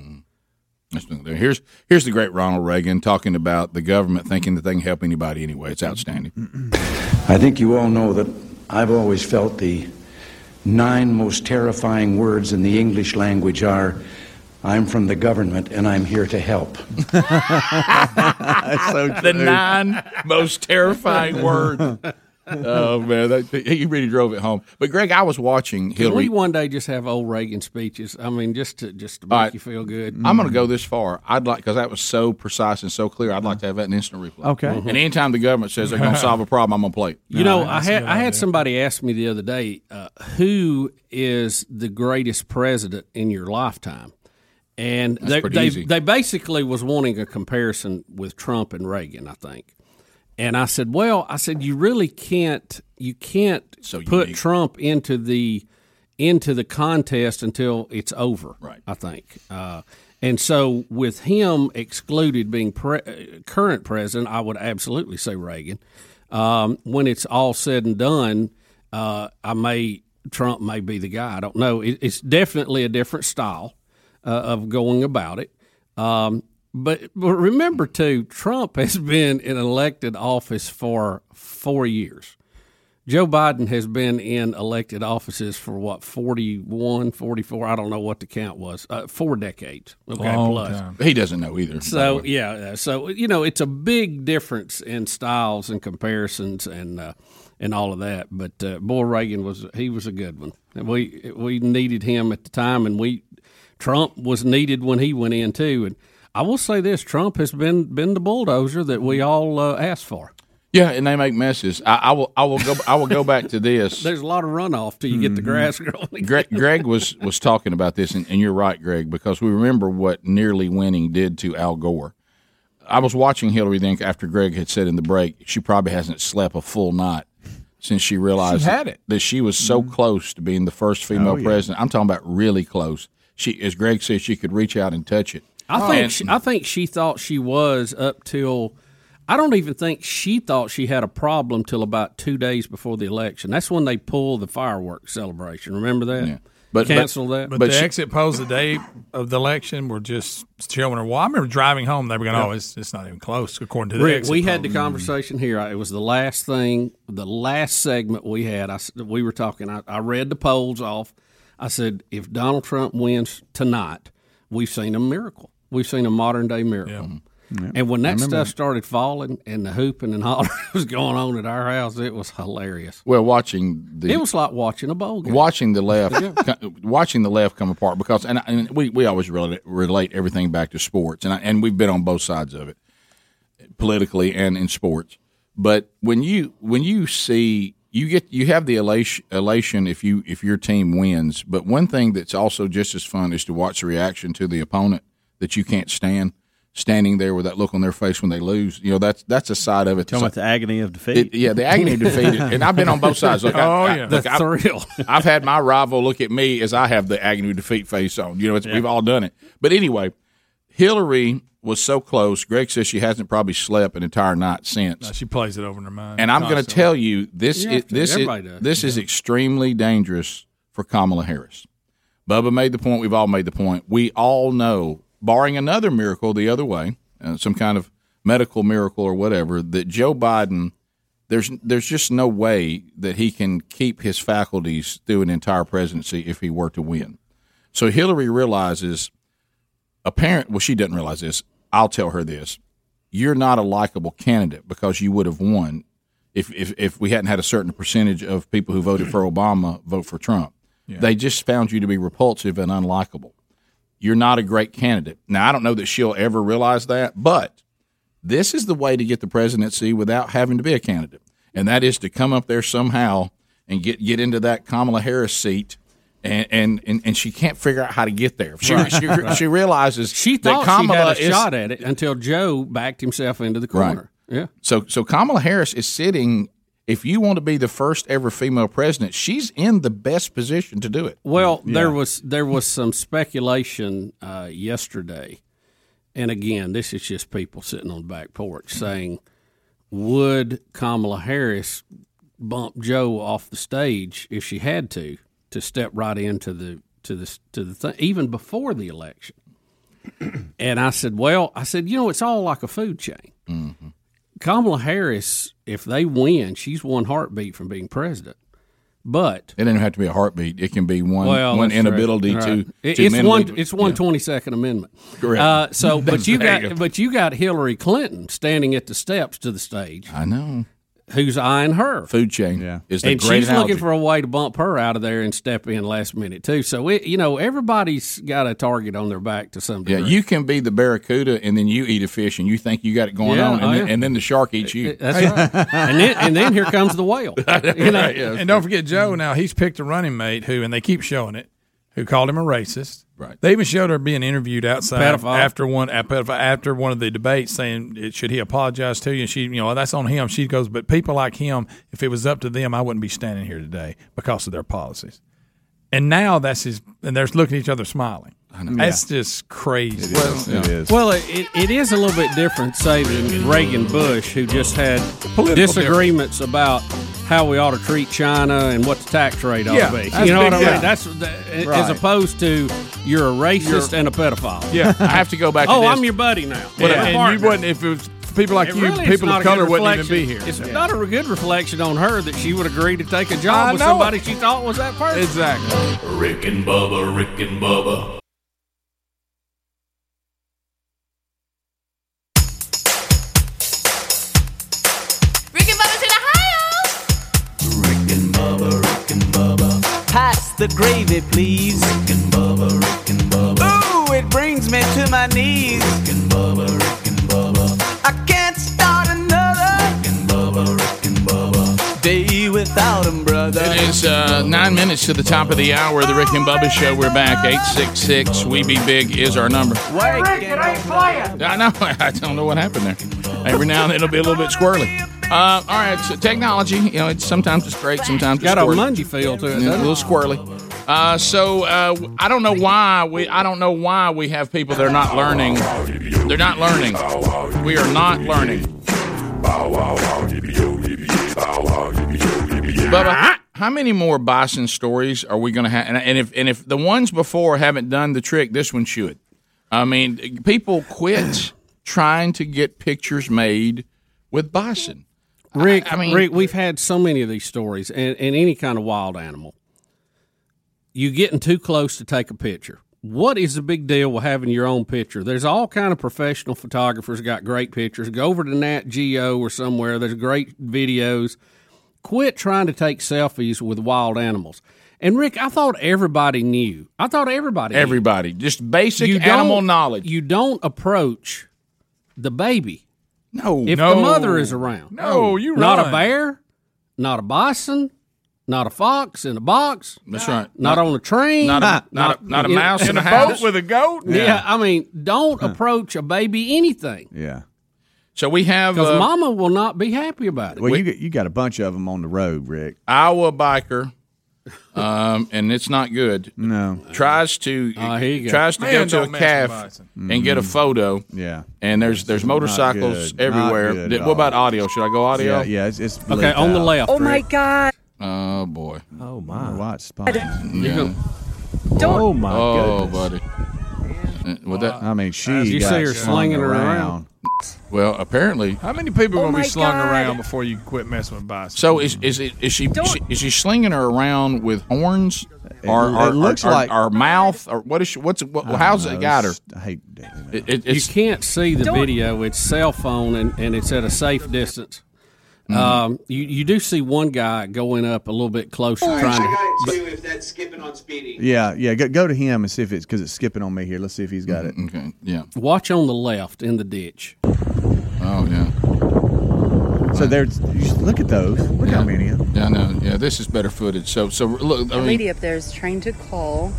That's nothing there. Here's here's the great Ronald Reagan talking about the government thinking that they can help anybody anyway. It's outstanding.
I think you all know that I've always felt the nine most terrifying words in the English language are I'm from the government and I'm here to help.
the nine most terrifying words. oh man, that, he really drove it home. But Greg, I was watching
Can
Hillary.
we one day just have old Reagan speeches? I mean, just to just to make
All right.
you feel good.
I'm going to go this far. I'd like because that was so precise and so clear. I'd like to have that in instant replay.
Okay.
And anytime the government says they're going to solve a problem, I'm going to play it.
You know, I had I had somebody ask me the other day, uh, who is the greatest president in your lifetime? And
That's
they
pretty
they,
easy.
they basically was wanting a comparison with Trump and Reagan, I think. And I said, well, I said you really can't you can't put Trump into the into the contest until it's over. Right. I think. Uh, and so with him excluded being pre- uh, current president, I would absolutely say Reagan. Um, when it's all said and done, uh, I may Trump may be the guy. I don't know. It, it's definitely a different style uh, of going about it. Um, but, but remember too, Trump has been in elected office for four years. Joe Biden has been in elected offices for what 41, 44, I don't know what the count was, uh, four decades. Okay,
Long
plus.
time. He doesn't know either, by the
So yeah, uh, so you know it's a big difference in styles and comparisons and uh, and all of that. But uh, boy, Reagan was he was a good one. And we we needed him at the time, and we Trump was needed when he went in too. And I will say this: Trump has been been the bulldozer that we all uh, asked for.
Yeah, and they make messes. I, I will. I will go. I will go back to this.
There's a lot of runoff till you get the grass growing.
Greg, Greg was was talking about this, and, and you're right, Greg, because we remember what nearly winning did to Al Gore. I was watching Hillary then after Greg had said in the break she probably hasn't slept a full night since she realized
She had
that,
it. Mm-hmm.
that she was so close to being the first female
Oh, yeah.
president. I'm talking about really close. She, as Greg said, she could reach out and touch it.
I think
Oh. And-
she, I think she thought she was up till I don't even think she thought she had a problem till about two days before the election. That's when they pulled the fireworks celebration. Remember that?
But- but-
cancel that.
But, the exit polls the day of the election were just showing her. Well, I remember driving home. They were going,
Yeah.
"Oh, it's, it's not even close." According to the
Rick,
exit Mm-hmm.
we had the
polls.
conversation here. It was the last thing, the last segment we had. I, s- we were talking. I, I read the polls off. I said, if Donald Trump wins tonight, we've seen a miracle. We've seen a modern day miracle. And when
Mm-hmm. I
that
remember
stuff
that.
started falling and the hooping and hollering was going on at our house, it was hilarious.
Well, watching the
it was like watching a bowl game.
watching the left, co- watching the left come apart because, and, and we, we always relate, relate everything back to sports, and I, and we've been on both sides of it, politically and in sports. But when you when you see you get you have the elation, elation if you if your team wins. But one thing that's also just as fun is to watch the reaction to the opponent that you can't stand standing there with that look on their face when they lose. You know that's that's a side of it.
Talking about the agony of defeat.
It- yeah, the agony of defeat. And I've been on both sides. Look, I-
Oh,
I,
yeah.
look,
That's
I've-
surreal.
I've had my rival look at me as I have the agony of defeat face on. You know, it's, we've all done it. But anyway, Hillary was so close. Greg says she hasn't probably slept an entire night since.
No, she plays it over in her mind.
And I'm going to
constantly.
tell you this
You
is
have to.
this is,
Everybody does.
this is extremely dangerous for Kamala Harris. Bubba made the point. We've all made the point. We all know, barring another miracle the other way, uh, some kind of medical miracle or whatever, that Joe Biden, there's there's just no way that he can keep his faculties through an entire presidency if he were to win. So Hillary realizes, apparent. Well, she doesn't realize this. I'll tell her this: you're not a likable candidate because you would have won if, if, if we hadn't had a certain percentage of people who voted for Obama vote for Trump. They just found you to be repulsive and unlikable. You're not a great candidate. Now, I don't know that she'll ever realize that, but this is the way to get the presidency without having to be a candidate. And that is to come up there somehow and get, get into that Kamala Harris seat. And, and, and, and she can't figure out how to get there. She,
Right,
she,
right.
she realizes
She
that
thought
Kamala
she had a
is,
shot at it until Joe backed himself into the corner. Yeah.
So so Kamala Harris is sitting. If you want to be the first ever female president, she's in the best position to do it.
Well,
Yeah.
there was there was some speculation uh, yesterday, and again, this is just people sitting on the back porch saying, "Would Kamala Harris bump Joe off the stage if she had to to step right into the to the to the thing even before the election?" and I said, "Well, I said, you know, it's all like a food chain." Kamala Harris, if they win, she's one heartbeat from being president. But
it doesn't have to be a heartbeat. It can be one
well,
one
that's right.
inability
Right.
to.
It-
to
it's
mentally-
one. It's one twenty second amendment.
Correct.
Uh, so, but you
There you
got but you got Hillary Clinton standing at the steps to the stage.
I know.
Hmm. Who's eyeing her?
Food chain is the
and
great
she's
analogy.
looking for a way to bump her out of there and step in last minute too. So it, you know, everybody's got a target on their back to some
yeah,
degree.
you can be the barracuda, and then you eat a fish, and you think you got it going
Yeah,
on, and,
oh,
then,
yeah.
and then the shark eats you.
That's right. and then and then here comes the whale. You know?
Right, yeah.
And don't forget
Mm-hmm.
Joe. Now he's picked a running mate who, and they keep showing it, who called him a racist.
Right.
They even showed her being interviewed outside
Pedophile.
after one a pedophile- after one of the debates, saying "It- should he apologize to you? And she, you know, that's on him. She goes, but people like him, if it was up to them, I wouldn't be standing here today because of their policies. And now that's his, and they're looking at each other smiling.
know.
That's just crazy.
well, well, it, it- it is a little bit different, say, than Reagan Bush, who just had disagreements about how we ought to treat China and what the tax rate ought
Yeah,
to be.
that's
You know
big
what I mean?
difference.
That's that,
Right.
as opposed to you're a racist
You're-
and a pedophile.
Yeah, I have to go back to
oh,
this.
I'm your buddy now.
Well,
Yeah.
and you wouldn't if it was people like
It
you,
really is
people
not
of
a good
color wouldn't even be
reflection.
here.
It's not a good reflection on her that she would agree to take a job
I
with
know
somebody
it.
she thought was that person.
Exactly.
Rick and Bubba, Rick and Bubba.
Rick and Bubba's in Ohio.
Pass the gravy, please. Rick and Bubba, Rick and Bubba. Ooh, it brings me to my knees. Rick and Bubba, Rick and Bubba. I can't start another. Rick and Bubba, Rick and Bubba. Day without 'em, brother.
It
is
uh, nine minutes to the top of the hour. The Rick and Bubba Show. We're back. Eight six six. We be big is our number.
Hey, Rick, it ain't playing.
I know. I don't know what happened there. Every now and then it'll be a little bit squirrely. Uh, all right, so technology. You know, it's sometimes it's great, sometimes it's
Got a
squirrely.
Monday feel to it.
Yeah, a
doesn't
little squirrely. Uh, so uh, I don't know why we I don't know why we have people that are not learning. They're not learning. We are not learning. Bubba, how, uh, how many more bison stories are we going to have? And, and if and if the ones before haven't done the trick, this one should. I mean, people quit trying to get pictures made with bison.
Rick,
I mean-
Rick, we've had so many of these stories, and, and any kind of wild animal. You getting too close to take a picture. What is the big deal with having your own picture? There's all kind of professional photographers got great pictures. Go over to Nat Geo or somewhere. There's great videos. Quit trying to take selfies with wild animals. And Rick, I thought everybody knew. I thought everybody. knew.
Everybody, just basic
You don't-
animal knowledge.
You don't approach the baby.
No,
if
no.
the mother is around.
No, you
not
run.
a bear, not a bison, not a fox in a box.
That's right.
Not on a train.
Not a- not a- not a mouse in a house.
with
a goat.
Yeah,
Yeah.
I mean, don't approach a baby anything
Yeah.
So we have
because
uh,
Mama will not be happy about it.
Well, you got- you got a bunch of them on the road, Rick.
Iowa biker, um, and it's not good.
No,
tries to
Ah, go.
tries to
Man,
go to a
don't mess with
calf
bison.
and get a photo.
Mm. Yeah.
and there's there's motorcycles
good. Not
everywhere.
good
Did-
at
what about audio? Should I go audio?
Yeah, yeah, it's- it's Okay,
okay
bleeped on the out. left,
layoff.
Oh, my Rick.
god. Oh boy.
Oh my.
Watch spot.
Yeah.
Don't- Oh, my
Oh
goodness.
buddy. Uh, With that,
I mean, she You got see her slung slinging her around. around.
Well, apparently,
How many people
Oh
will
my
be slung
God.
around before you quit messing with bison?
So is is it is she, she is she slinging her around with horns or
it
or,
looks
or,
like-
or, mouth or what is she what's what,
don't
how's
know.
it got her?
It's-
I hate
It, it, it's
you can't see the
Don't-
video. It's cell phone and, and it's at a safe distance.
Mhm.
Um, you you do see one guy going up a little bit closer,
Oh,
trying to.
if that's skipping on speedy.
Yeah, yeah. Go, go to him and see if it's because it's skipping on me here. Let's see if he's got it.
Mm-hmm, Okay. Yeah.
Watch on the left in the ditch.
Oh yeah.
So there's. you should Look at those. Look how many of them.
Yeah, no, yeah. This is better footage. So so look. I
the
mean,
lady up there is trying to call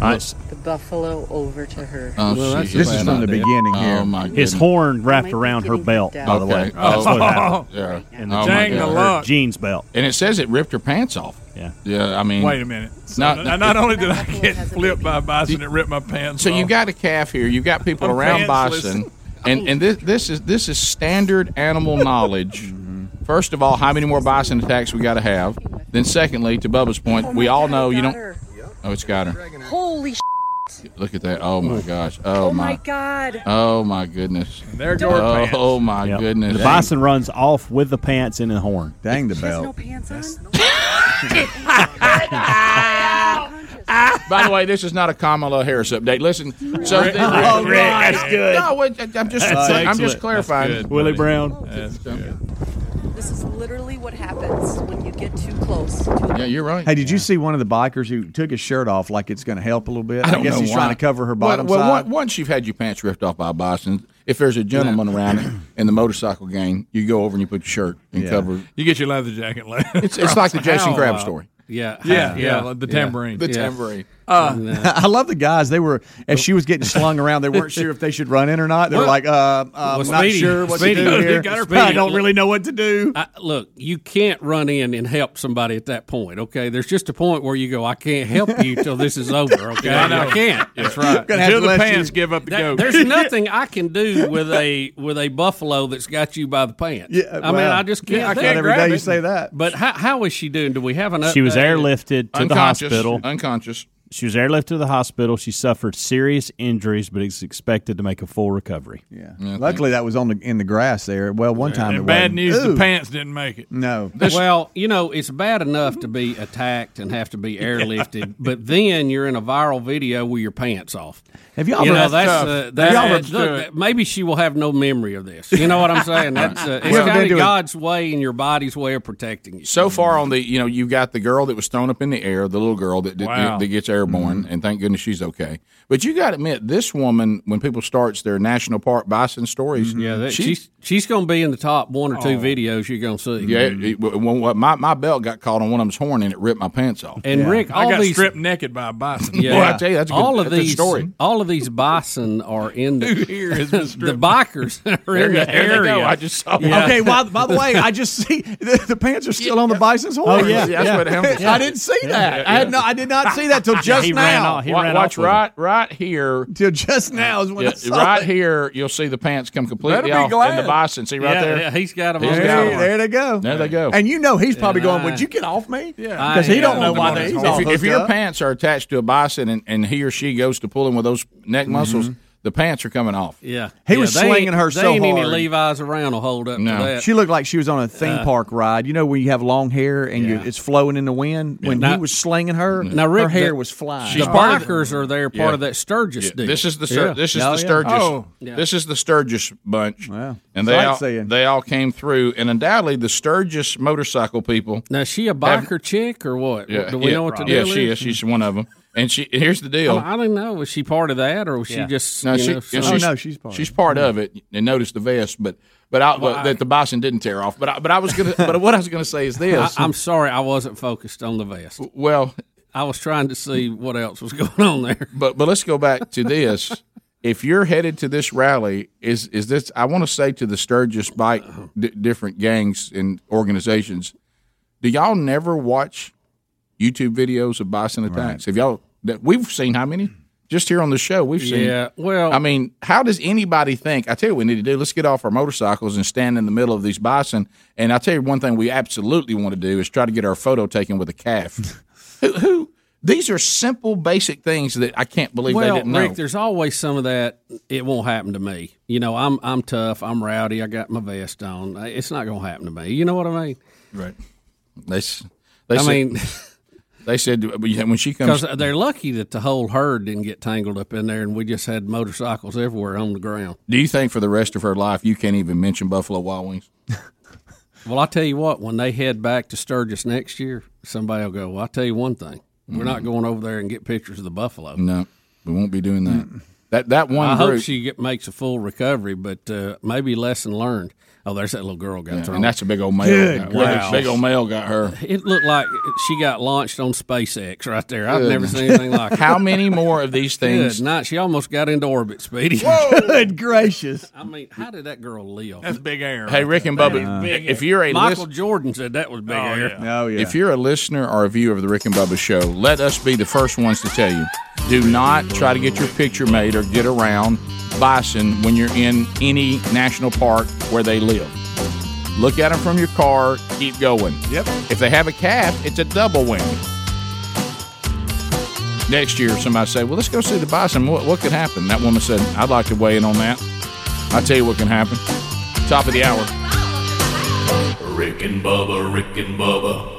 I-
the buffalo over to her.
Uh.
Oh, Well, that's a This is bad from the idea. beginning here. Oh, my
His
goodness.
horn wrapped around her belt, by the
Okay. Oh.
way.
Oh,
That's what happened.
Yeah.
And the
Oh, my
jeans-
God.
her jeans belt.
And it says it ripped her pants off.
Yeah.
Yeah. I mean.
Wait a minute. So
Not-
not, not, only did I get flipped by a bison, it ripped my pants.
So
off.
you got a calf here. You got people
I'm
around
pantsless.
bison, and and this this is this is standard animal knowledge. First of all, how many more bison attacks we got to have? Then, secondly, to Bubba's point, we all know you don't. Oh, it's got her.
Holy sh!
Look at that. Oh my gosh. Oh,
Oh
my.
my
Uh.
God.
Oh my goodness.
There
go her
oh,
pants.
Oh my
Yep.
goodness.
The bison runs off with the pants and the horn.
Dang the belt.
By the way, this is not a Kamala Harris update. Listen, so
Rick- Oh, Rick, that's good.
No, wait, I'm just
That's
I'm
excellent.
just clarifying.
That's good, Willie buddy. Brown.
This is literally what happens when you get too close to
Yeah, you're right.
Hey, did you see one of the bikers who took his shirt off like it's going to help a little bit?
I don't
guess
know
he's
why.
trying to cover her
Well-
bottom
well,
side.
on- once you've had your pants ripped off by a bison, if there's a gentleman around in the motorcycle gang, you go over and you put your shirt and
Yeah.
cover.
You get your leather jacket later.
It's, it's like the Jason
How,
Crab
uh,
story.
Yeah, yeah, yeah, the tambourine.
The
Yeah.
tambourine.
Uh,
I love the guys. They were as she was getting slung around. They weren't sure if they should run in or not. They were
Well-
like, uh,
Well,
"I'm not
Speedy-
sure what
Speedy-
to do
they
here.
got her
I
beat.
don't really know what to do."
I, look, you can't run in and help somebody at that point. Okay, there's just a point where you go, I can't help you till this is over. Okay,
Yeah, I know.
I can't.
That's right.
Gonna
Until
have to
the
let
pants give up the
That-
goat.
There's nothing I can do with a with a buffalo that's got you by the pants.
Yeah,
I mean,
well,
I just can't.
yeah, I
do
can't
it.
Not every grab day you it. say that.
But how, how is she doing? Do we have an?
She was
update?
airlifted to the
uh, Unconscious.
hospital.
Unconscious.
She was airlifted to the hospital. She suffered serious injuries, but is expected to make a full recovery.
Yeah. Luckily, that was on the in the grass there. Well, one time it
and bad
wasn't.
news,
Ooh.
the pants didn't make it.
No,
well, you know, it's bad enough to be attacked and have to be airlifted, but then you're in a viral video with your pants off.
Have y'all
you
ever-
know, that's
That's
uh,
tough.
that-
Y'all ever-
that- look, that- maybe she will have no memory of this. You know what I'm saying? That's uh, it's
Well,
kind
been
of
doing-
God's way and your body's way of protecting you.
So far on the, you know, you got the girl that was thrown up in the air, the little girl that that,
Wow.
that gets airborne,
Mm-hmm.
and thank goodness she's okay. But you got to admit, this woman, when people starts their national park bison stories,
Mm-hmm. Yeah, that, she's she's going to be in the top one or two
Oh.
videos you're going to see.
yeah,
Mm-hmm.
it, it- when- when my my belt got caught on one of them's horn and it ripped my pants off.
And Rick, all
I got
these
stripped naked by a bison.
Yeah,
Boy, I tell you, that's a good-
all of
that's a
these
story.
All of these bison are in the
here is
the, bikers are in
There-
the
there they
area.
go. I just saw one.
Okay. Well, by the way, I just see the, the pants are still on the bison's horns.
Oh, yeah, that's what happens.
I didn't see
Yeah,
that.
yeah,
I had
yeah.
no. I did not see that till just now.
Wa- watch right, right here.
Till just now is when I
Yeah,
saw
right
it.
here, you'll see the pants come
Better
completely
be
off,
glad.
and the bison. See right
Yeah,
there.
yeah,
he's got 'em
He's
there,
got 'em.
there they go.
There they go.
And you know he's probably
And
going,
I-
"Would you get off me?"
I-
Because he don't know why they, he's all
If, if
hooked
your
up.
pants are attached to a bison, and, and he or she goes to pull him with those neck muscles, the pants are coming off.
Mm-hmm. Yeah,
He was
they ain't-
slinging her
they
so
ain't Any
hard.
Levi's around will hold up.
No.
to that.
She looked like she was on a theme
Uh,
park ride. You know when you have long hair and you, it's flowing in the wind. When
Now-
he was slinging her,
Now, Rick,
her hair
the-
was flying.
She's The part of the- bikers are there, part of that Sturgis
Yeah,
deal.
This is the Stur-
Yeah.
this is
Oh,
the
yeah.
Sturgis.
Oh. Yeah.
This is the Sturgis bunch. And
Sight
they all,
seeing.
they all came through, and undoubtedly the Sturgis motorcycle people.
Now, is she a biker
Have-
chick or what? Do we know what the
yeah,
deal
she
is?
is. She's one of them. And she and here's the deal.
I, I don't know. Was she part of that, or was Oh, she just?
Oh, No,
you
she,
know,
yeah,
some-
Oh,
she's, she's part of it. And notice the vest, but but I,
Well, I-
that the bison didn't tear off. But I, but I was gonna. but what I was gonna say is this.
I, am sorry, I wasn't focused on the vest.
Well,
I was trying to see what else was going on there.
But but let's go back to this. if you're headed to this rally, is is this? I want to say to the Sturgis bike
Uh-huh.
d- different gangs and organizations. Do y'all never watch YouTube videos of bison attacks? Have y'all? That we've seen how many? Just here on the show, we've seen.
Yeah, well-
I mean, how does anybody think? I tell you, what we need to do. Let's get off our motorcycles and stand in the middle of these bison. And I tell you, one thing we absolutely want to do is try to get our photo taken with a calf. who, who? These are simple, basic things that I can't believe
well,
they didn't know.
Rick, there's always some of that. It won't happen to me. You know, I'm I'm tough. I'm rowdy. I got my vest on. Uh, It's not going to happen to me. You know what I mean?
Right. They, s- they
I
said,
mean-
they said when she comes.
Because uh, they're lucky that the whole herd didn't get tangled up in there, and we just had motorcycles everywhere on the ground.
Do you think for the rest of her life you can't even mention Buffalo Wild Wings?
Well, I tell you what, when they head back to Sturgis next year, somebody will go. Well, I tell you one thing, we're
Mm-hmm.
not going over there and get pictures of the buffalo.
No, we won't be doing that. That that one.
I
group,
hope she get, makes a full recovery, but uh, maybe lesson learned. Oh, there's that little girl got
Yeah,
thrown.
and that's a big old male. Big- big old male got her.
It looked like she got launched on SpaceX right there. I've
Good.
never seen anything like it.
How many more of these things?
Good night. She almost got into orbit, Speedy.
Good gracious.
I mean, how did that girl live?
That's big air.
Hey, Rick and Bubba, if you're a
Michael Jordan said that was big
Oh,
air.
If you're a listener or a viewer of the Rick and Bubba show, let us be the first ones to tell you. Do not try to get your picture made or get around bison when you're in any national park where they live. Look at them from your car, keep going. Yep. If they have a calf, it's a double whammy. Next year, somebody say, Well, let's go see the bison. What, what could happen? That woman said, I'd like to weigh in on that. i tell you what can happen. Top of the hour.
Rick and Bubba, Rick and Bubba.